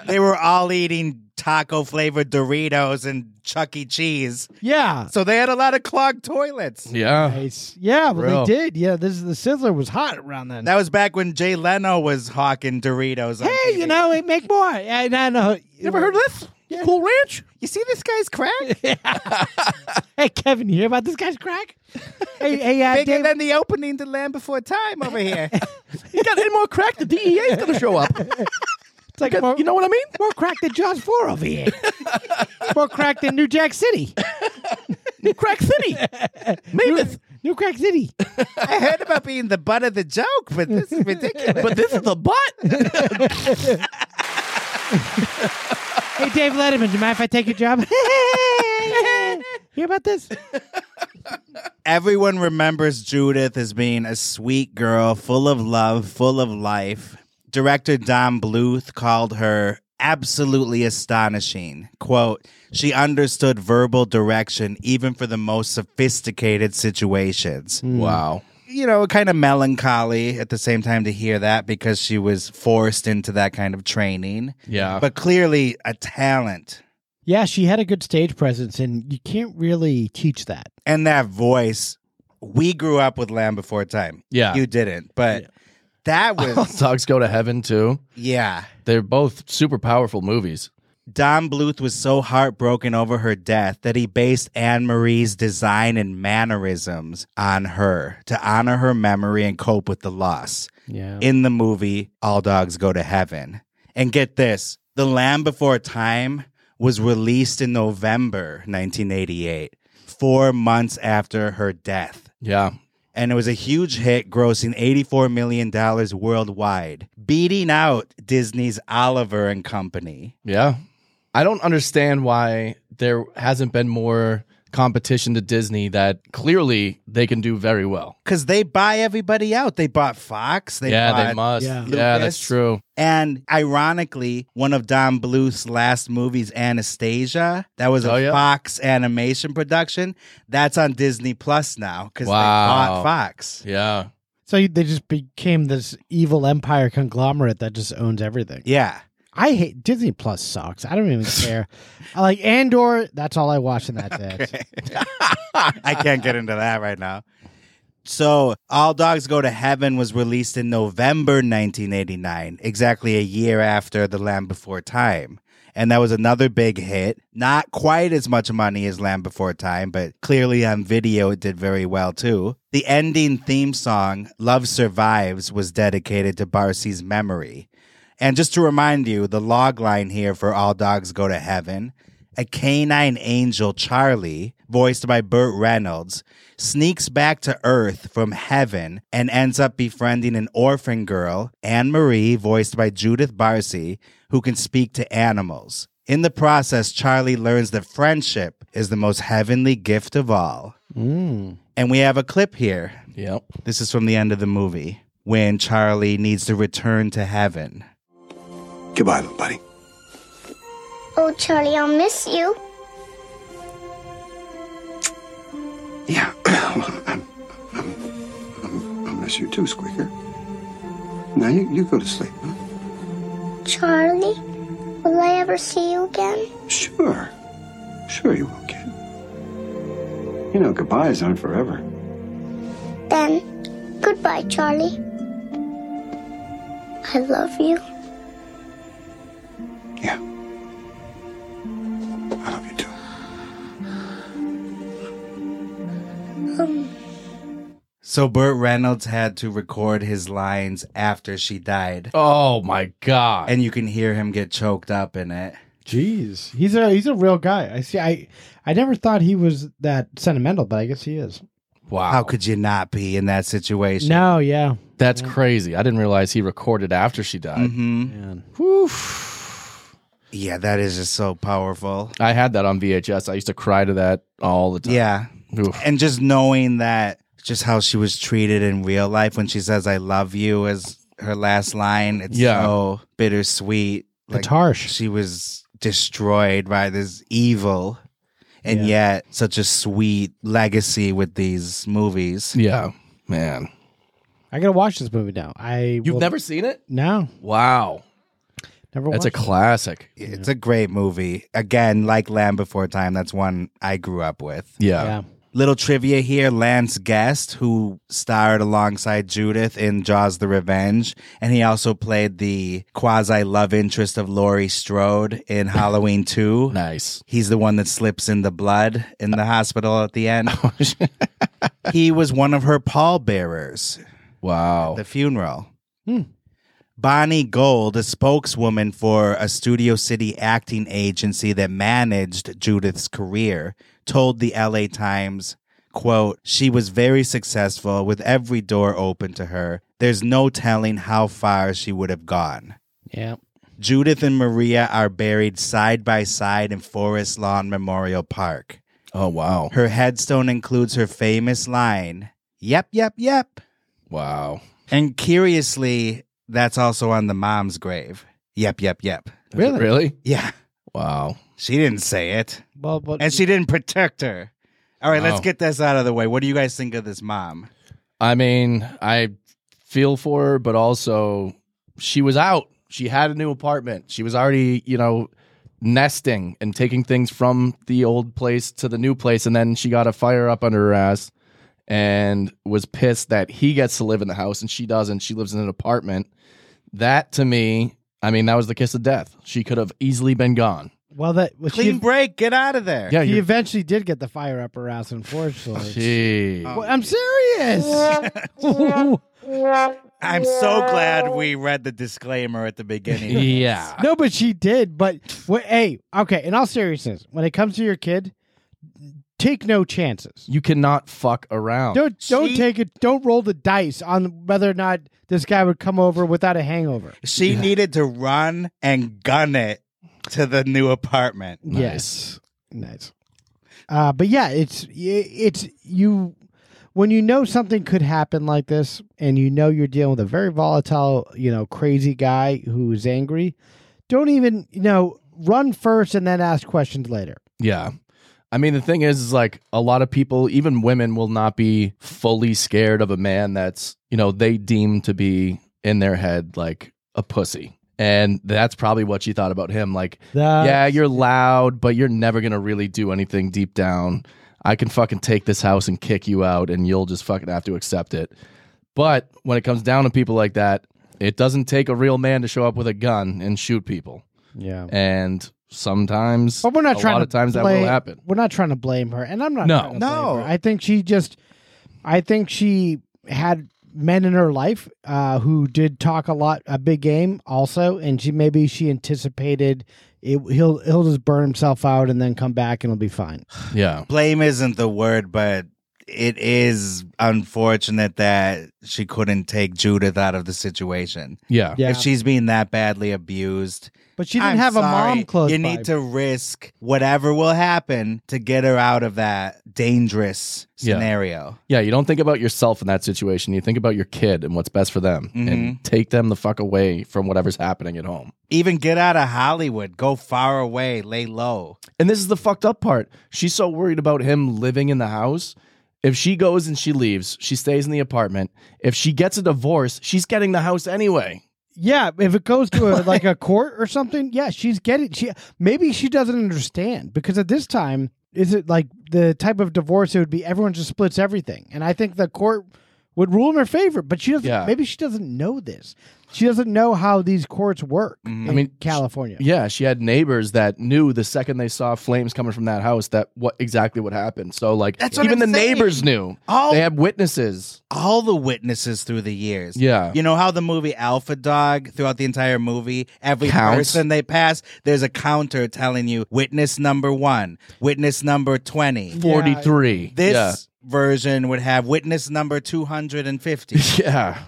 [SPEAKER 14] they were all eating taco flavored Doritos and Chuck E. Cheese.
[SPEAKER 11] Yeah,
[SPEAKER 14] So they had a lot of clogged toilets.
[SPEAKER 12] Yeah,
[SPEAKER 11] nice. Yeah,
[SPEAKER 12] Real.
[SPEAKER 11] well, they did. Yeah, this the sizzler was hot around then.
[SPEAKER 14] That was back when Jay Leno was hawking Doritos. on
[SPEAKER 11] hey, you
[SPEAKER 14] TV.
[SPEAKER 11] know, hey, make more. uh, I, I know. You
[SPEAKER 14] Never heard of this?
[SPEAKER 11] Yeah.
[SPEAKER 12] Cool Ranch.
[SPEAKER 14] You see this guy's crack?
[SPEAKER 11] Hey, Kevin, you hear about this guy's crack? hey, hey, uh,
[SPEAKER 14] Bigger
[SPEAKER 11] Dave,
[SPEAKER 14] than the opening to Land Before Time over here.
[SPEAKER 12] You got any more crack? The DEA is gonna show up.
[SPEAKER 11] it's like more,
[SPEAKER 12] you know what I mean?
[SPEAKER 11] more crack than Jaws Four over here. more crack than New Jack City.
[SPEAKER 12] New Crack City.
[SPEAKER 11] New, New Crack City.
[SPEAKER 14] I heard about being the butt of the joke, but this is ridiculous.
[SPEAKER 12] But this is the butt.
[SPEAKER 11] Hey, Dave Letterman, do you mind if I take your job? hear about this?
[SPEAKER 1] Everyone remembers Judith as being a sweet girl, full of love, full of life. Director Don Bluth called her absolutely astonishing. Quote, she understood verbal direction even for the most sophisticated situations.
[SPEAKER 12] Hmm. Wow.
[SPEAKER 1] You know, kind of melancholy at the same time to hear that because she was forced into that kind of training.
[SPEAKER 12] Yeah.
[SPEAKER 1] But clearly a talent.
[SPEAKER 11] Yeah, she had a good stage presence, and you can't really teach that.
[SPEAKER 1] and that voice. We grew up with Land Before Time.
[SPEAKER 12] Yeah.
[SPEAKER 1] You didn't, but that was,
[SPEAKER 12] Dogs Go to Heaven too.
[SPEAKER 1] yeah.
[SPEAKER 12] They're both super powerful movies.
[SPEAKER 1] Don Bluth was so heartbroken over her death that he based Anne Marie's design and mannerisms on her to honor her memory and cope with the loss.
[SPEAKER 11] Yeah.
[SPEAKER 1] In the movie, All Dogs Go to Heaven. And get this The Land Before Time was released in November 1988, four months after her death.
[SPEAKER 12] Yeah.
[SPEAKER 1] and it was a huge hit, grossing $84 million worldwide, beating out Disney's Oliver and Company.
[SPEAKER 12] Yeah. I don't understand why there hasn't been more competition to Disney that clearly they can do very well.
[SPEAKER 1] Because they buy everybody out. They bought Fox. They
[SPEAKER 12] yeah,
[SPEAKER 1] bought,
[SPEAKER 12] they must.
[SPEAKER 11] Yeah.
[SPEAKER 12] Yeah,
[SPEAKER 1] Lucas.
[SPEAKER 12] that's true.
[SPEAKER 1] And ironically, one of Don Bluth's last movies, Anastasia, that was a
[SPEAKER 12] Oh, yeah.
[SPEAKER 1] Fox animation production. That's on Disney Plus now because they bought
[SPEAKER 12] Wow.
[SPEAKER 1] Fox.
[SPEAKER 12] Yeah.
[SPEAKER 11] So you- they just became this evil empire conglomerate that just owns everything.
[SPEAKER 1] Yeah.
[SPEAKER 11] I hate Disney Plus sucks. I don't even care. I like Andor. That's all I watch, and that's it.
[SPEAKER 1] I can't get into that right now. So, All Dogs Go to Heaven was released in November 1989, exactly a year after The Land Before Time. And that was another big hit. Not quite as much money as Land Before Time, but clearly on video it did very well too. The ending theme song, Love Survives, was dedicated to Barsi's memory. And just to remind you, the log line here for All Dogs Go to Heaven a canine angel, Charlie, voiced by Burt Reynolds, sneaks back to Earth from heaven and ends up befriending an orphan girl, Anne Marie, voiced by Judith Barcy, who can speak to animals. In the process, Charlie learns that friendship is the most heavenly gift of all. And we have a clip here.
[SPEAKER 12] Yep.
[SPEAKER 1] This is from the end of the movie when Charlie needs to return to heaven.
[SPEAKER 15] Goodbye, little buddy.
[SPEAKER 6] Oh, Charlie, I'll miss you.
[SPEAKER 15] Yeah. Well, I'm, I'm, I'm, I'll miss you too, Squeaker. Now you, you go to sleep. Huh?
[SPEAKER 6] Charlie, will I ever see you again?
[SPEAKER 15] Sure. Sure you will, kid. You know, goodbyes aren't forever.
[SPEAKER 6] Then, goodbye, Charlie. I love you.
[SPEAKER 15] Yeah. I love you too.
[SPEAKER 6] Um,
[SPEAKER 1] So Burt Reynolds had to record his lines after she died.
[SPEAKER 12] Oh my god.
[SPEAKER 1] And you can hear him get choked up in it.
[SPEAKER 11] Jeez, he's a he's a real guy. I see. I I never thought he was that sentimental, but I guess he is.
[SPEAKER 12] Wow.
[SPEAKER 1] How could you not be in that situation?
[SPEAKER 11] No, yeah.
[SPEAKER 12] That's yeah. crazy. I didn't realize he recorded after she died.
[SPEAKER 1] Mm-hmm. Yeah, that is just so powerful.
[SPEAKER 12] I had that on VHS. I used to cry to that all the time.
[SPEAKER 1] Yeah.
[SPEAKER 12] Oof.
[SPEAKER 1] And just knowing that, just how she was treated in real life when she says, I love you, as her last line, it's
[SPEAKER 12] Yeah.
[SPEAKER 1] so bittersweet.
[SPEAKER 11] It's harsh.
[SPEAKER 1] She was destroyed by this evil. And yet, such a sweet legacy with these movies.
[SPEAKER 12] Yeah, man.
[SPEAKER 11] I gotta watch this movie now. I
[SPEAKER 12] You've
[SPEAKER 11] will-
[SPEAKER 12] never seen it?
[SPEAKER 11] no
[SPEAKER 12] Wow.
[SPEAKER 11] never.
[SPEAKER 12] That's a
[SPEAKER 11] watched it.
[SPEAKER 12] classic.
[SPEAKER 1] It's a great movie. Again, like Land Before Time, that's one I grew up with.
[SPEAKER 12] Yeah.
[SPEAKER 11] yeah.
[SPEAKER 1] Little trivia here Lance Guest, who starred alongside Judith in Jaws the Revenge, and he also played the quasi love interest of Laurie Strode in Halloween 2.
[SPEAKER 12] Nice.
[SPEAKER 1] He's the one that slips in the blood in the hospital at the end. he was one of her pallbearers
[SPEAKER 12] Wow.
[SPEAKER 1] the funeral. Bonnie Gold, a spokeswoman for a Studio City acting agency that managed Judith's career, told the LA Times, quote, "She was very successful with every door open to her. There's no telling how far she would have gone."
[SPEAKER 11] Yeah.
[SPEAKER 1] Judith and Maria are buried side by side in Forest Lawn Memorial Park.
[SPEAKER 12] Oh, wow.
[SPEAKER 1] Her headstone includes her famous line, "Yep, yep, yep."
[SPEAKER 12] Wow.
[SPEAKER 1] And curiously, that's also on the mom's grave. Yep, yep, yep.
[SPEAKER 11] Really?
[SPEAKER 12] Really?
[SPEAKER 1] Yeah.
[SPEAKER 12] Wow.
[SPEAKER 1] She didn't say it.
[SPEAKER 11] Well, but
[SPEAKER 1] And she didn't protect her. All right, let's
[SPEAKER 12] No.
[SPEAKER 1] get this out of the way. What do you guys think of this mom?
[SPEAKER 12] I mean, I feel for her, but also she was out. She had a new apartment. She was already, you know, nesting and taking things from the old place to the new place. And then she got a fire up under her ass and was pissed that he gets to live in the house and she doesn't. She lives in an apartment. That to me, I mean, that was the kiss of death. She could have easily been gone.
[SPEAKER 11] well, that well,
[SPEAKER 1] Clean
[SPEAKER 11] she,
[SPEAKER 1] break. Get out of there.
[SPEAKER 12] Yeah,
[SPEAKER 11] he
[SPEAKER 12] you're-
[SPEAKER 11] eventually did get the fire up her ass. Unfortunately,
[SPEAKER 12] Gee.
[SPEAKER 11] Well, I'm serious.
[SPEAKER 14] I'm so glad we read the disclaimer at the beginning.
[SPEAKER 12] yeah.
[SPEAKER 11] no, but she did. But wh- hey, okay. In all seriousness, when it comes to your kid, take no chances.
[SPEAKER 12] You cannot fuck around.
[SPEAKER 11] Don't don't
[SPEAKER 14] She-
[SPEAKER 11] take it. Don't roll the dice on whether or not this guy would come over without a hangover.
[SPEAKER 1] She needed to run and gun it to the new apartment.
[SPEAKER 11] Yes. Nice. Uh, but yeah, it's it's you when you know something could happen like this, and you know you're dealing with a very volatile, you know, crazy guy who is angry. Don't even you know run first and then ask questions later.
[SPEAKER 12] Yeah. I mean, the thing is, is like a lot of people, even women, will not be fully scared of a man that's, you know, they deem to be in their head like a pussy. And that's probably what she thought about him. Like,
[SPEAKER 11] That's-
[SPEAKER 12] yeah, you're loud, but you're never going to really do anything deep down. I can fucking take this house and kick you out, and you'll just fucking have to accept it. But when it comes down to people like that, it doesn't take a real man to show up with a gun and shoot people.
[SPEAKER 11] Yeah.
[SPEAKER 12] And sometimes,
[SPEAKER 11] But we're not
[SPEAKER 12] a
[SPEAKER 11] trying
[SPEAKER 12] lot
[SPEAKER 11] to
[SPEAKER 12] of times
[SPEAKER 11] blame,
[SPEAKER 12] that will happen.
[SPEAKER 11] We're not trying to blame her, and I'm not.
[SPEAKER 12] No.
[SPEAKER 11] trying to blame
[SPEAKER 1] No.
[SPEAKER 11] her. I think she just, I think she had men in her life uh, who did talk a lot, a big game also, and she maybe she anticipated it. He'll he'll just burn himself out and then come back and it'll be fine.
[SPEAKER 12] Yeah.
[SPEAKER 1] Blame isn't the word, but it is unfortunate that she couldn't take Judith out of the situation.
[SPEAKER 12] Yeah.
[SPEAKER 11] Yeah,
[SPEAKER 1] If she's being that badly abused,
[SPEAKER 11] but she didn't
[SPEAKER 1] I'm
[SPEAKER 11] have a
[SPEAKER 1] sorry.
[SPEAKER 11] mom close.
[SPEAKER 1] You
[SPEAKER 11] by.
[SPEAKER 1] need to risk whatever will happen to get her out of that dangerous
[SPEAKER 12] Yeah.
[SPEAKER 1] scenario.
[SPEAKER 12] Yeah, you don't think about yourself in that situation. You think about your kid and what's best for them and take them the fuck away from whatever's happening at home.
[SPEAKER 1] Even get out of Hollywood, go far away, lay low.
[SPEAKER 12] And this is the fucked up part. She's so worried about him living in the house. If she goes and she leaves, she stays in the apartment. If she gets a divorce, she's getting the house anyway.
[SPEAKER 11] Yeah, if it goes to a, like a court or something, yeah, she's getting she maybe she doesn't understand because at this time is it like the type of divorce it would be everyone just splits everything. And I think the court would rule in her favor, but she doesn't
[SPEAKER 12] Yeah.
[SPEAKER 11] maybe she doesn't know this. She doesn't know how these courts work in
[SPEAKER 12] Mm-hmm. I mean,
[SPEAKER 11] California.
[SPEAKER 12] Yeah, she had neighbors that knew the second they saw flames coming from that house that what exactly what happened. So like
[SPEAKER 1] That's what
[SPEAKER 12] even the
[SPEAKER 1] I'm saying.
[SPEAKER 12] neighbors knew.
[SPEAKER 1] All-
[SPEAKER 12] they had witnesses.
[SPEAKER 1] All the witnesses through the years.
[SPEAKER 12] Yeah.
[SPEAKER 1] You know how the movie Alpha Dog, throughout the entire movie, every
[SPEAKER 12] Counts.
[SPEAKER 1] person they pass, there's a counter telling you witness number one, witness number 20.
[SPEAKER 12] 43.
[SPEAKER 1] This
[SPEAKER 12] Yeah.
[SPEAKER 1] version would have witness number 250.
[SPEAKER 12] Yeah.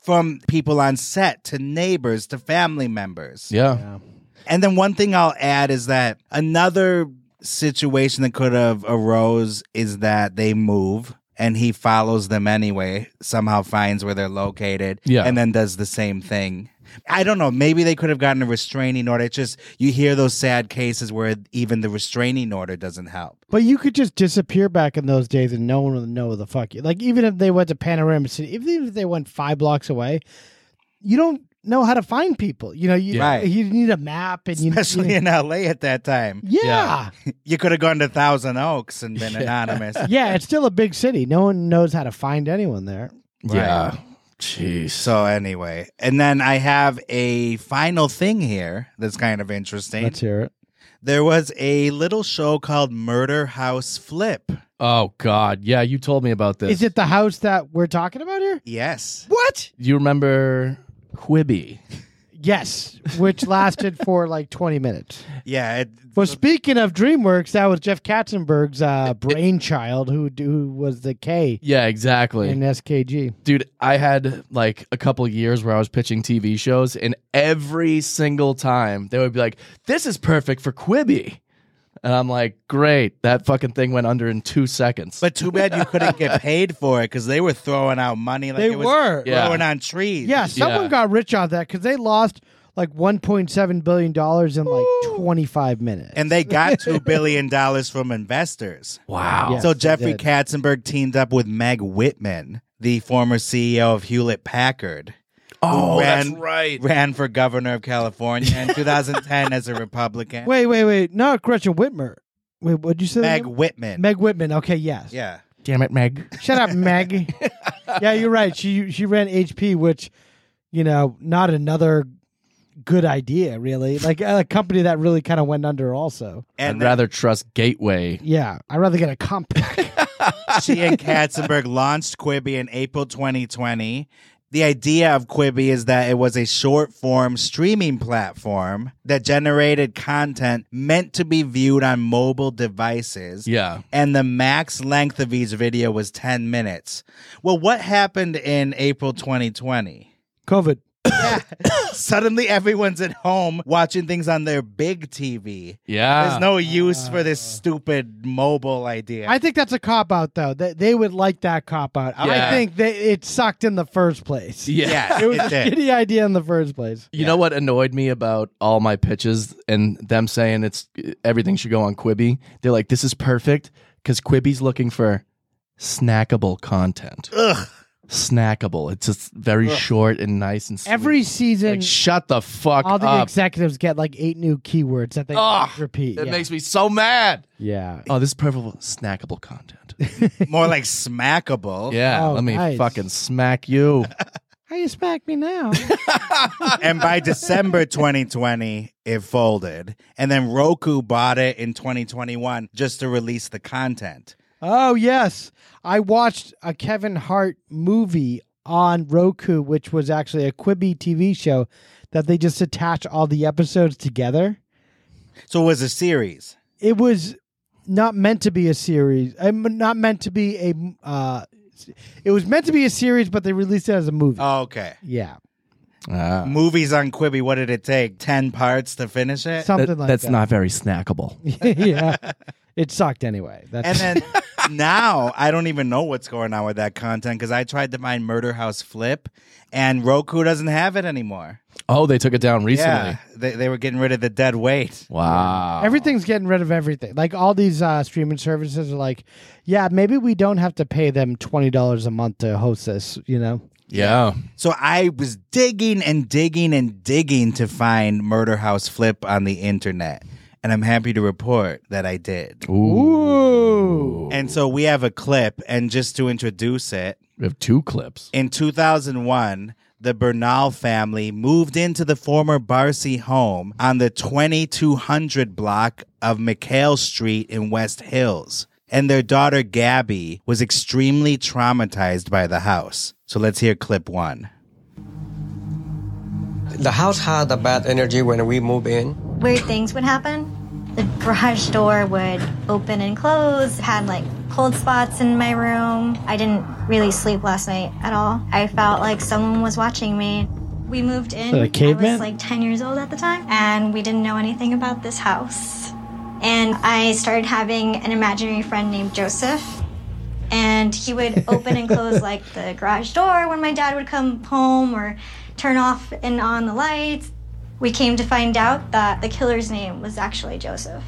[SPEAKER 1] From people on set to neighbors to family members.
[SPEAKER 12] Yeah. yeah.
[SPEAKER 1] And then one thing I'll add is that another situation that could have arose is that they move and he follows them anyway, somehow finds where they're located,
[SPEAKER 12] yeah.
[SPEAKER 1] and then does the same thing. I don't know. Maybe they could have gotten a restraining order. It's just you hear those sad cases where even the restraining order doesn't help.
[SPEAKER 11] But you could just disappear back in those days, and no one would know the fuck you. Like even if they went to Panorama City, even if they went five blocks away, you don't know how to find people. You know, you
[SPEAKER 1] right.
[SPEAKER 11] you need a map, and you,
[SPEAKER 1] especially
[SPEAKER 11] you
[SPEAKER 1] know, in L.A. at that time.
[SPEAKER 11] Yeah,
[SPEAKER 1] yeah. you could have gone to Thousand Oaks and been anonymous.
[SPEAKER 11] yeah, it's still a big city. No one knows how to find anyone there.
[SPEAKER 12] Right. Yeah. Jeez.
[SPEAKER 1] So anyway, and then I have a final thing here that's kind of interesting.
[SPEAKER 11] Let's hear it.
[SPEAKER 1] There was a little show called Murder House Flip.
[SPEAKER 12] Oh God, yeah, you told me about this.
[SPEAKER 11] Is it the house that we're talking about here?
[SPEAKER 1] Yes.
[SPEAKER 11] What?
[SPEAKER 12] You remember Quibby?
[SPEAKER 11] Yes, which lasted for like 20 minutes.
[SPEAKER 1] Yeah. It,
[SPEAKER 11] well, speaking of DreamWorks, that was Jeff Katzenberg's uh, brainchild, who, who was the K.
[SPEAKER 12] Yeah, exactly.
[SPEAKER 11] In SKG.
[SPEAKER 12] Dude, I had like a couple years where I was pitching TV shows, and every single time they would be like, this is perfect for Quibi. And I'm like, great, that fucking thing went under in two seconds.
[SPEAKER 1] But too bad you couldn't get paid for it because they were throwing out money. Like
[SPEAKER 11] they were
[SPEAKER 1] throwing yeah. on trees.
[SPEAKER 11] Yeah, someone yeah. got rich off that because they lost like 1.7 billion dollars in like 25 minutes,
[SPEAKER 1] and they got two billion dollars from investors.
[SPEAKER 12] Wow!
[SPEAKER 1] Yes, so Jeffrey Katzenberg teamed up with Meg Whitman, the former CEO of Hewlett Packard.
[SPEAKER 12] Oh, ran, that's right.
[SPEAKER 1] Ran for governor of California in 2010 as a Republican.
[SPEAKER 11] Wait, wait, wait. Not Gretchen Whitmer. Wait, what'd you say?
[SPEAKER 1] Meg Whitman.
[SPEAKER 11] Meg Whitman. Okay, yes.
[SPEAKER 1] Yeah.
[SPEAKER 12] Damn it, Meg.
[SPEAKER 11] Shut up, Meg. yeah, you're right. She she ran HP, which, you know, not another good idea, really. Like a company that really kind of went under, also.
[SPEAKER 12] And I'd then, rather trust Gateway.
[SPEAKER 11] Yeah, I'd rather get a comp.
[SPEAKER 1] she and Katzenberg launched Quibi in April 2020, the idea of Quibi is that it was a short form streaming platform that generated content meant to be viewed on mobile devices.
[SPEAKER 12] Yeah.
[SPEAKER 1] And the max length of each video was 10 minutes. Well, what happened in April 2020?
[SPEAKER 11] COVID.
[SPEAKER 1] Yeah. Suddenly everyone's at home watching things on their big TV.
[SPEAKER 12] Yeah.
[SPEAKER 1] There's no use uh, for this stupid mobile idea.
[SPEAKER 11] Ah. I think that's a cop out though. They, they would like that cop out. Yeah. I think they, it sucked in the first place.
[SPEAKER 1] Yeah. yeah
[SPEAKER 11] it was it a shitty idea in the first place.
[SPEAKER 12] You know what annoyed me about all my pitches and them saying it's everything should go on Quibi? They're like, this is perfect because Quibi's looking for snackable content.
[SPEAKER 1] Ugh
[SPEAKER 12] snackable. It's just very Ugh. short and nice and sweet.
[SPEAKER 11] Every season,
[SPEAKER 12] like, shut the fuck
[SPEAKER 11] all
[SPEAKER 12] up.
[SPEAKER 11] All the executives get like eight new keywords that they Ugh, repeat.
[SPEAKER 12] It yeah. makes me so mad.
[SPEAKER 11] Yeah.
[SPEAKER 12] Oh, this is perfect snackable content.
[SPEAKER 1] More like smackable.
[SPEAKER 12] Yeah. Oh, let me nice. fucking smack you.
[SPEAKER 11] How you smack me now?
[SPEAKER 1] and by December 2020, it folded, and then Roku bought it in 2021 just to release the content.
[SPEAKER 11] Oh yes, I watched a Kevin Hart movie on Roku, which was actually a Quibi TV show that they just attach all the episodes together.
[SPEAKER 1] So it was a series.
[SPEAKER 11] It was not meant to be a series. I'm not meant to be a. Uh, it was meant to be a series, but they released it as a movie.
[SPEAKER 1] Oh, okay.
[SPEAKER 11] Yeah.
[SPEAKER 1] Uh,
[SPEAKER 12] Ah.
[SPEAKER 1] Movies on Quibi. What did it take? Ten parts to finish it.
[SPEAKER 11] Something
[SPEAKER 12] that,
[SPEAKER 11] like
[SPEAKER 12] that's
[SPEAKER 11] that.
[SPEAKER 12] not very snackable.
[SPEAKER 11] yeah. it sucked anyway.
[SPEAKER 1] That's and then now I don't even know what's going on with that content because I tried to find Murder House Flip, and Roku doesn't have it anymore.
[SPEAKER 12] Oh, they took it down recently. Yeah,
[SPEAKER 1] they, they were getting rid of the dead weight.
[SPEAKER 12] Wow,
[SPEAKER 11] everything's getting rid of everything. Like all these uh, streaming services are like, yeah, maybe we don't have to pay them twenty dollars a month to host this. You know.
[SPEAKER 12] Yeah.
[SPEAKER 1] So I was digging and digging and digging to find Murder House Flip on the internet and I'm happy to report that I did.
[SPEAKER 11] Ooh.
[SPEAKER 1] And so we have a clip, and just to introduce it,
[SPEAKER 12] we have two clips.
[SPEAKER 1] In 2001, the Bernal family moved into the former Barcy home on the 2200 block of McHale Street in West Hills. And their daughter Gabby was extremely traumatized by the house. So let's hear clip one.
[SPEAKER 16] The house had a bad energy when we moved in
[SPEAKER 17] weird things would happen.
[SPEAKER 6] The garage door would open and close, had like cold spots in my room. I didn't really sleep last night at all. I felt like someone was watching me. We moved in.
[SPEAKER 11] So the caveman?
[SPEAKER 6] I was like 10 years old at the time, and we didn't know anything about this house. And I started having an imaginary friend named Joseph. And he would open and close like the garage door when my dad would come home or turn off and on the lights. We came to find out that the killer's name was actually Joseph.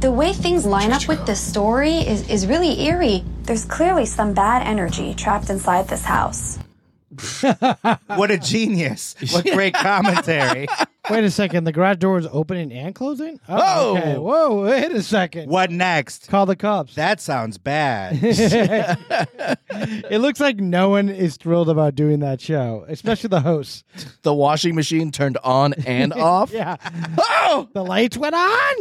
[SPEAKER 17] The way things line up with this story is, is really eerie. There's clearly some bad energy trapped inside this house.
[SPEAKER 1] what a genius. What great commentary.
[SPEAKER 11] Wait a second. The garage door is opening and closing? Oh,
[SPEAKER 1] Whoa.
[SPEAKER 11] okay. Whoa, wait a second.
[SPEAKER 1] What next?
[SPEAKER 11] Call the cops.
[SPEAKER 1] That sounds bad.
[SPEAKER 11] it looks like no one is thrilled about doing that show, especially the hosts.
[SPEAKER 12] The washing machine turned on and off.
[SPEAKER 11] yeah.
[SPEAKER 12] Oh,
[SPEAKER 11] the lights went on.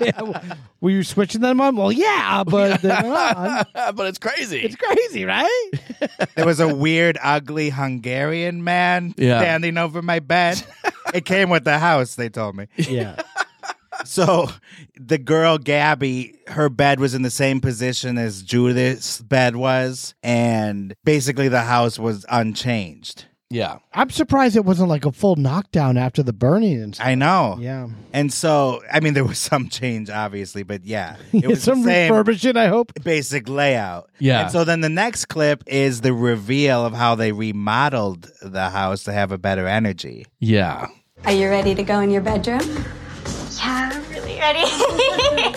[SPEAKER 11] Yeah, Were you switching them on? Well, yeah, but they went on.
[SPEAKER 12] Ah, but it's crazy.
[SPEAKER 11] It's crazy, right?
[SPEAKER 1] there was a weird, ugly Hungarian man
[SPEAKER 12] Yeah.
[SPEAKER 1] standing over my bed. it came with the house, they told me.
[SPEAKER 11] Yeah.
[SPEAKER 1] So the girl Gabby, her bed was in the same position as Judith's bed was, and basically the house was unchanged.
[SPEAKER 12] Yeah.
[SPEAKER 11] I'm surprised it wasn't like a full knockdown after the burning and stuff.
[SPEAKER 1] I know.
[SPEAKER 11] Yeah.
[SPEAKER 1] And so, I mean, there was some change, obviously, but yeah, it was the
[SPEAKER 11] Some
[SPEAKER 1] same
[SPEAKER 11] refurbishing, I hope.
[SPEAKER 1] basic layout.
[SPEAKER 12] Yeah.
[SPEAKER 1] And so then the next clip is the reveal of how they remodeled the house to have a better energy.
[SPEAKER 12] Yeah.
[SPEAKER 17] Are you ready to go in your bedroom?
[SPEAKER 6] Yeah, I'm really ready.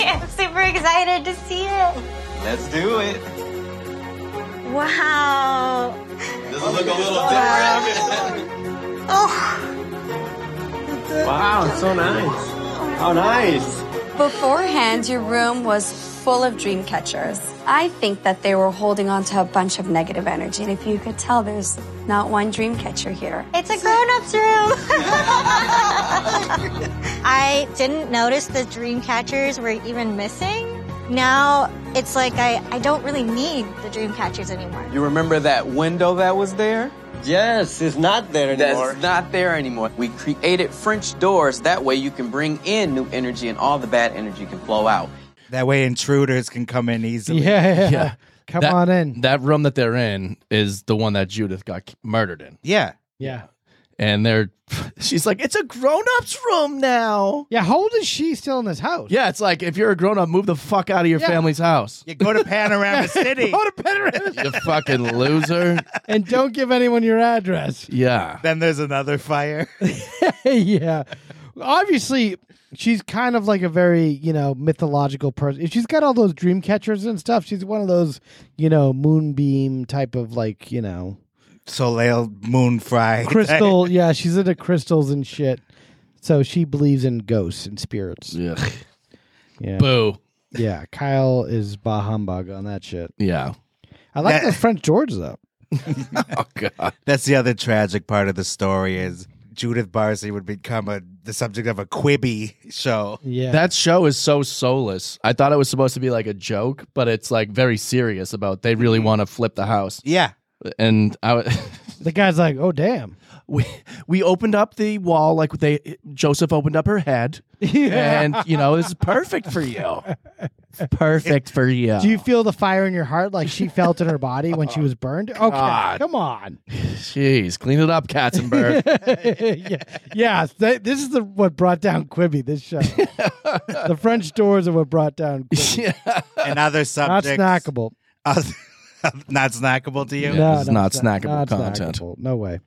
[SPEAKER 6] I'm super excited to see it.
[SPEAKER 18] Let's do it.
[SPEAKER 6] Wow.
[SPEAKER 18] This look a little different.
[SPEAKER 6] Oh,
[SPEAKER 18] wow, it's so nice. How nice.
[SPEAKER 17] Beforehand, your room was full of dream catchers. I think that they were holding on to a bunch of negative energy. And if you could tell, there's not one dream catcher here.
[SPEAKER 6] it's a grown up's room. I didn't notice the dream catchers were even missing. Now it's like I, I don't really need the dream catchers anymore.
[SPEAKER 18] You remember that window that was there?
[SPEAKER 19] Yes, it's not there anymore.
[SPEAKER 18] That's not there anymore. We created French doors. That way you can bring in new energy and all the bad energy can flow out.
[SPEAKER 1] That way intruders can come in easily.
[SPEAKER 11] Yeah, yeah. Come
[SPEAKER 12] That-
[SPEAKER 11] on in.
[SPEAKER 12] That room that they're in is the one that Judith got k- murdered in.
[SPEAKER 1] Yeah.
[SPEAKER 11] Yeah.
[SPEAKER 12] And they're, she's like, it's a grown up's room now.
[SPEAKER 11] Yeah. How old is she still in this house?
[SPEAKER 12] Yeah, it's like if you're a grown up, move the fuck out of your
[SPEAKER 11] Yeah.
[SPEAKER 12] family's house.
[SPEAKER 1] You go to Panorama City,
[SPEAKER 11] Go to bed
[SPEAKER 12] You fucking loser.
[SPEAKER 11] and don't give anyone your address.
[SPEAKER 12] Yeah.
[SPEAKER 1] then there's another fire.
[SPEAKER 11] yeah. Obviously, she's kind of like a very, you know, mythological person. If she's got all those dream catchers and stuff, she's one of those, you know, moonbeam type of like, you know,
[SPEAKER 1] Soleil moon fry.
[SPEAKER 11] crystal. yeah, she's into crystals and shit. So she believes in ghosts and spirits.
[SPEAKER 12] Ugh.
[SPEAKER 11] Yeah.
[SPEAKER 12] Boo.
[SPEAKER 11] yeah. Kyle is bah humbug on that shit.
[SPEAKER 12] Yeah.
[SPEAKER 11] I like
[SPEAKER 1] That-
[SPEAKER 11] the French George though.
[SPEAKER 12] Oh, God.
[SPEAKER 1] That's the other tragic part of the story is Judith Barcy would become a the subject of a Quibi show.
[SPEAKER 11] Yeah.
[SPEAKER 12] That show is so soulless. I thought it was supposed to be like a joke, but it's like very serious about they really want to flip the house.
[SPEAKER 1] Yeah.
[SPEAKER 12] And I, w-
[SPEAKER 11] the guy's like, oh damn.
[SPEAKER 12] we we opened up the wall like they Joseph opened up her head, and you know this is perfect for you. Perfect for you.
[SPEAKER 11] Do you feel the fire in your heart like she felt in her body when she was burned? Okay,
[SPEAKER 12] God.
[SPEAKER 11] come on.
[SPEAKER 12] Jeez, clean it up, Katzenberg.
[SPEAKER 11] yeah, yeah th- this is the what brought down Quibi. This show, the French doors are what brought down. Quibi.
[SPEAKER 12] yeah.
[SPEAKER 1] And other
[SPEAKER 11] Not
[SPEAKER 1] subjects.
[SPEAKER 11] snackable.
[SPEAKER 1] Oth- not snackable to you?
[SPEAKER 12] Yeah.
[SPEAKER 11] no,
[SPEAKER 12] this is
[SPEAKER 11] no,
[SPEAKER 12] not
[SPEAKER 11] it's
[SPEAKER 12] snackable
[SPEAKER 11] not
[SPEAKER 12] content.
[SPEAKER 11] snackable. No way.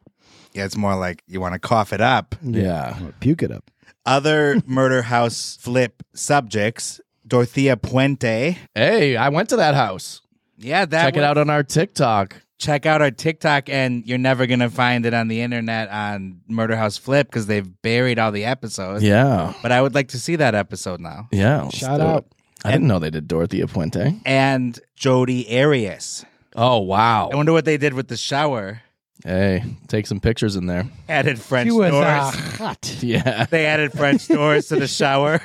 [SPEAKER 1] Yeah, it's more like you want to cough it up.
[SPEAKER 12] yeah.
[SPEAKER 11] I'm gonna puke it up.
[SPEAKER 1] Other murder house flip subjects. Dorothea Puente.
[SPEAKER 12] Hey, I went to that house.
[SPEAKER 1] Yeah, that
[SPEAKER 12] Check it
[SPEAKER 1] was-
[SPEAKER 12] out on our TikTok.
[SPEAKER 1] check out our TikTok, and you're never gonna find it on the internet on Murder House Flip because they've buried all the episodes.
[SPEAKER 12] Yeah.
[SPEAKER 1] But I would like to see that episode now.
[SPEAKER 12] Yeah. let's
[SPEAKER 11] Shout
[SPEAKER 12] do it.
[SPEAKER 11] out.
[SPEAKER 12] I didn't know they did Dorothea Puente.
[SPEAKER 1] And Jody Arias.
[SPEAKER 12] Oh wow.
[SPEAKER 1] I wonder what they did with the shower.
[SPEAKER 12] Hey, take some pictures in there.
[SPEAKER 1] Added French
[SPEAKER 11] She was
[SPEAKER 1] doors.
[SPEAKER 11] uh, hot.
[SPEAKER 12] Yeah.
[SPEAKER 1] They added French doors to the shower.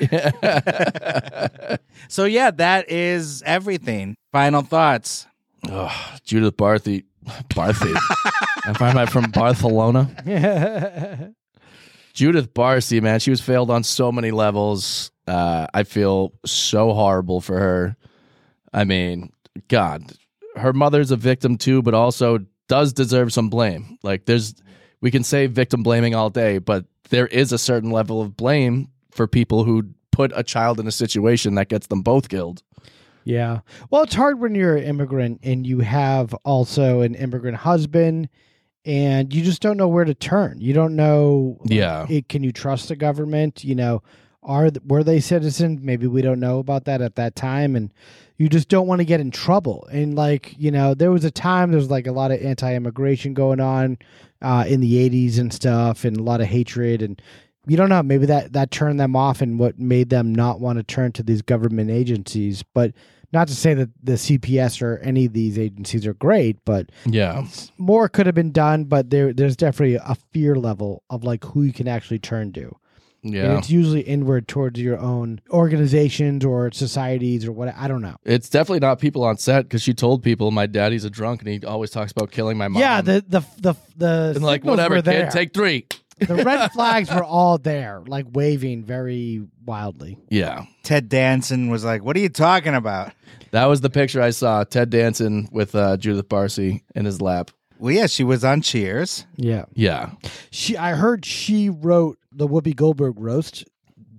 [SPEAKER 1] so yeah, that is everything. Final thoughts.
[SPEAKER 12] Ugh, Judith Barthy. Barthy. I find my from Barcelona. Judith Barcy, man, she was failed on so many levels. Uh, I feel so horrible for her. I mean, God, her mother's a victim too, but also does deserve some blame. Like, there's, we can say victim blaming all day, but there is a certain level of blame for people who put a child in a situation that gets them both killed.
[SPEAKER 11] Yeah. Well, it's hard when you're an immigrant and you have also an immigrant husband and you just don't know where to turn. You don't know like,
[SPEAKER 12] Yeah.
[SPEAKER 11] it, can you trust the government, you know, are th- were they citizens? Maybe we don't know about that at that time and you just don't want to get in trouble. And like, you know, there was a time there was like a lot of anti-immigration going on uh, in the 80s and stuff and a lot of hatred and you don't know maybe that that turned them off and what made them not want to turn to these government agencies but not to say that the cps or any of these agencies are great but
[SPEAKER 12] Yeah.
[SPEAKER 11] s- more could have been done but there there's definitely a fear level of like who you can actually turn to and
[SPEAKER 12] Yeah.
[SPEAKER 11] it's usually inward towards your own organizations or societies or what i don't know
[SPEAKER 12] It's definitely not people on set because she told people my daddy's a drunk and he always talks about killing my mom.
[SPEAKER 11] yeah the the the the
[SPEAKER 12] and like
[SPEAKER 11] signals were
[SPEAKER 12] whatever,
[SPEAKER 11] there.
[SPEAKER 12] kid, take three.
[SPEAKER 11] the red flags were all there like waving very wildly
[SPEAKER 12] Yeah,
[SPEAKER 1] Ted Danson was like, "What are you talking about?"
[SPEAKER 12] that was the picture I saw. Ted Danson with uh, Judith Barcy in his lap.
[SPEAKER 1] Well, yeah, she was on Cheers.
[SPEAKER 11] yeah
[SPEAKER 12] Yeah,
[SPEAKER 11] She, I heard she wrote the Whoopi Goldberg roast.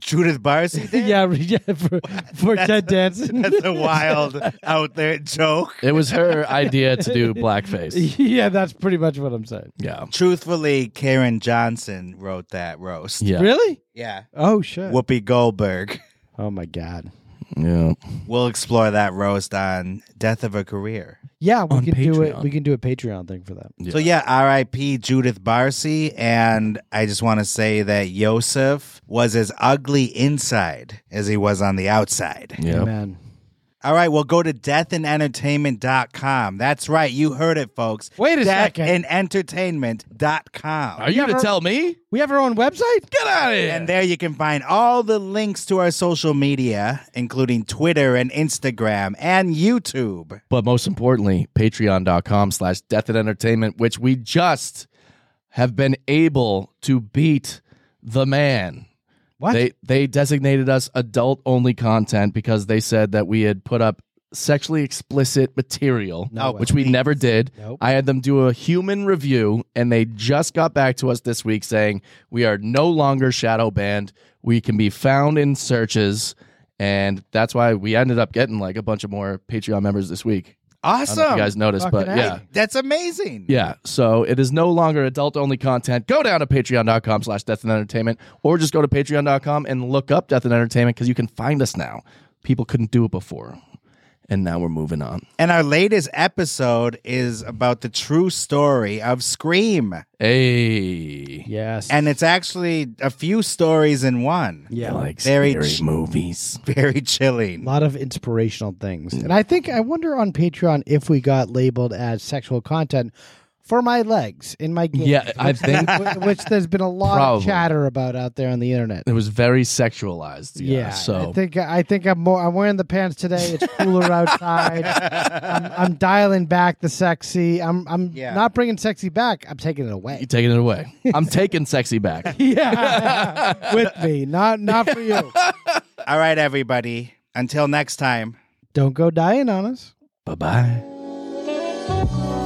[SPEAKER 1] Judith Barcy. did?
[SPEAKER 11] yeah, yeah, for, for Ted Danson.
[SPEAKER 1] That's a wild out there joke.
[SPEAKER 12] it was her idea to do blackface.
[SPEAKER 11] yeah, that's pretty much what I'm saying.
[SPEAKER 12] Yeah,
[SPEAKER 1] Truthfully, Karen Johnson wrote that roast.
[SPEAKER 12] yeah,
[SPEAKER 11] Really?
[SPEAKER 1] Yeah.
[SPEAKER 11] Oh shit.
[SPEAKER 1] Whoopi Goldberg.
[SPEAKER 11] Oh my god.
[SPEAKER 12] yeah.
[SPEAKER 1] We'll explore that roast on Death of a Career.
[SPEAKER 11] Yeah, we
[SPEAKER 12] On
[SPEAKER 11] can do it.
[SPEAKER 12] Patreon.
[SPEAKER 11] We can do a Patreon thing for that.
[SPEAKER 1] So yeah, R.I.P. Judith Barcy, and I just want to say that Yosef was as ugly inside as he was on the outside.
[SPEAKER 12] Yeah.
[SPEAKER 11] Amen.
[SPEAKER 1] All right, well, go to deathandentertainment.com. That's right, you heard it, folks.
[SPEAKER 11] Wait a second.
[SPEAKER 1] Deathandentertainment.com.
[SPEAKER 12] Are you to tell me?
[SPEAKER 11] We have our own website.
[SPEAKER 12] Get out of here.
[SPEAKER 1] And there you can find all the links to our social media, including Twitter and Instagram and YouTube.
[SPEAKER 12] but most importantly, patreon.com slash death and entertainment, which we just have been able to beat the man.
[SPEAKER 11] What?
[SPEAKER 12] They they designated us adult only content because they said that we had put up sexually explicit material,
[SPEAKER 11] No
[SPEAKER 12] which
[SPEAKER 1] way.
[SPEAKER 12] we never did.
[SPEAKER 11] Nope.
[SPEAKER 12] I had them do a human review and they just got back to us this week saying we are no longer shadow banned. We can be found in searches and that's why we ended up getting like a bunch of more Patreon members this week. I don't know if
[SPEAKER 1] Awesome.
[SPEAKER 12] you guys noticed, but
[SPEAKER 11] Fucking
[SPEAKER 12] yeah.
[SPEAKER 11] A.
[SPEAKER 1] That's amazing.
[SPEAKER 12] Yeah. So it is no longer adult only content. Go down to patreon.com slash death and entertainment or just go to patreon.com and look up death and entertainment because you can find us now. People couldn't do it before. And now we're moving on.
[SPEAKER 1] And our latest episode is about the true story of Scream.
[SPEAKER 12] Hey.
[SPEAKER 11] Yes.
[SPEAKER 1] And it's actually a few stories in one.
[SPEAKER 11] yeah,
[SPEAKER 12] Like
[SPEAKER 1] Very
[SPEAKER 12] scary
[SPEAKER 1] ch-
[SPEAKER 12] movies.
[SPEAKER 1] Very
[SPEAKER 11] a
[SPEAKER 1] chilling.
[SPEAKER 11] lot of inspirational things.
[SPEAKER 12] Mm.
[SPEAKER 11] And I think I wonder on Patreon if we got labeled as sexual content for my legs in my game.
[SPEAKER 12] Yeah, I think
[SPEAKER 11] which, which there's been a lot of
[SPEAKER 12] Probably.
[SPEAKER 11] chatter about out there on the internet.
[SPEAKER 12] it was very sexualized. Yeah. so
[SPEAKER 11] I think I think I'm more. I'm wearing the pants today. It's cooler outside. I'm, I'm dialing back the sexy. I'm I'm
[SPEAKER 1] Yeah.
[SPEAKER 11] not bringing sexy back. I'm taking it
[SPEAKER 12] you
[SPEAKER 11] away.
[SPEAKER 12] taking it away. I'm taking sexy back.
[SPEAKER 11] yeah, with me, not not for you.
[SPEAKER 1] All right, everybody. Until next time.
[SPEAKER 11] Don't go dying on us.
[SPEAKER 12] Bye bye.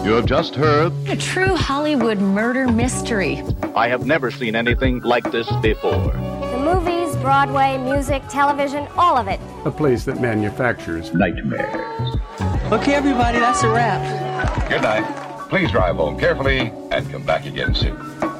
[SPEAKER 20] You have just heard,
[SPEAKER 21] A true Hollywood murder mystery.
[SPEAKER 20] I have never seen anything like this before.
[SPEAKER 17] The movies, Broadway, music, television, all of it.
[SPEAKER 10] A place that manufactures nightmares.
[SPEAKER 22] Okay, everybody, that's a wrap.
[SPEAKER 10] Good night. Please drive home carefully and come back again soon.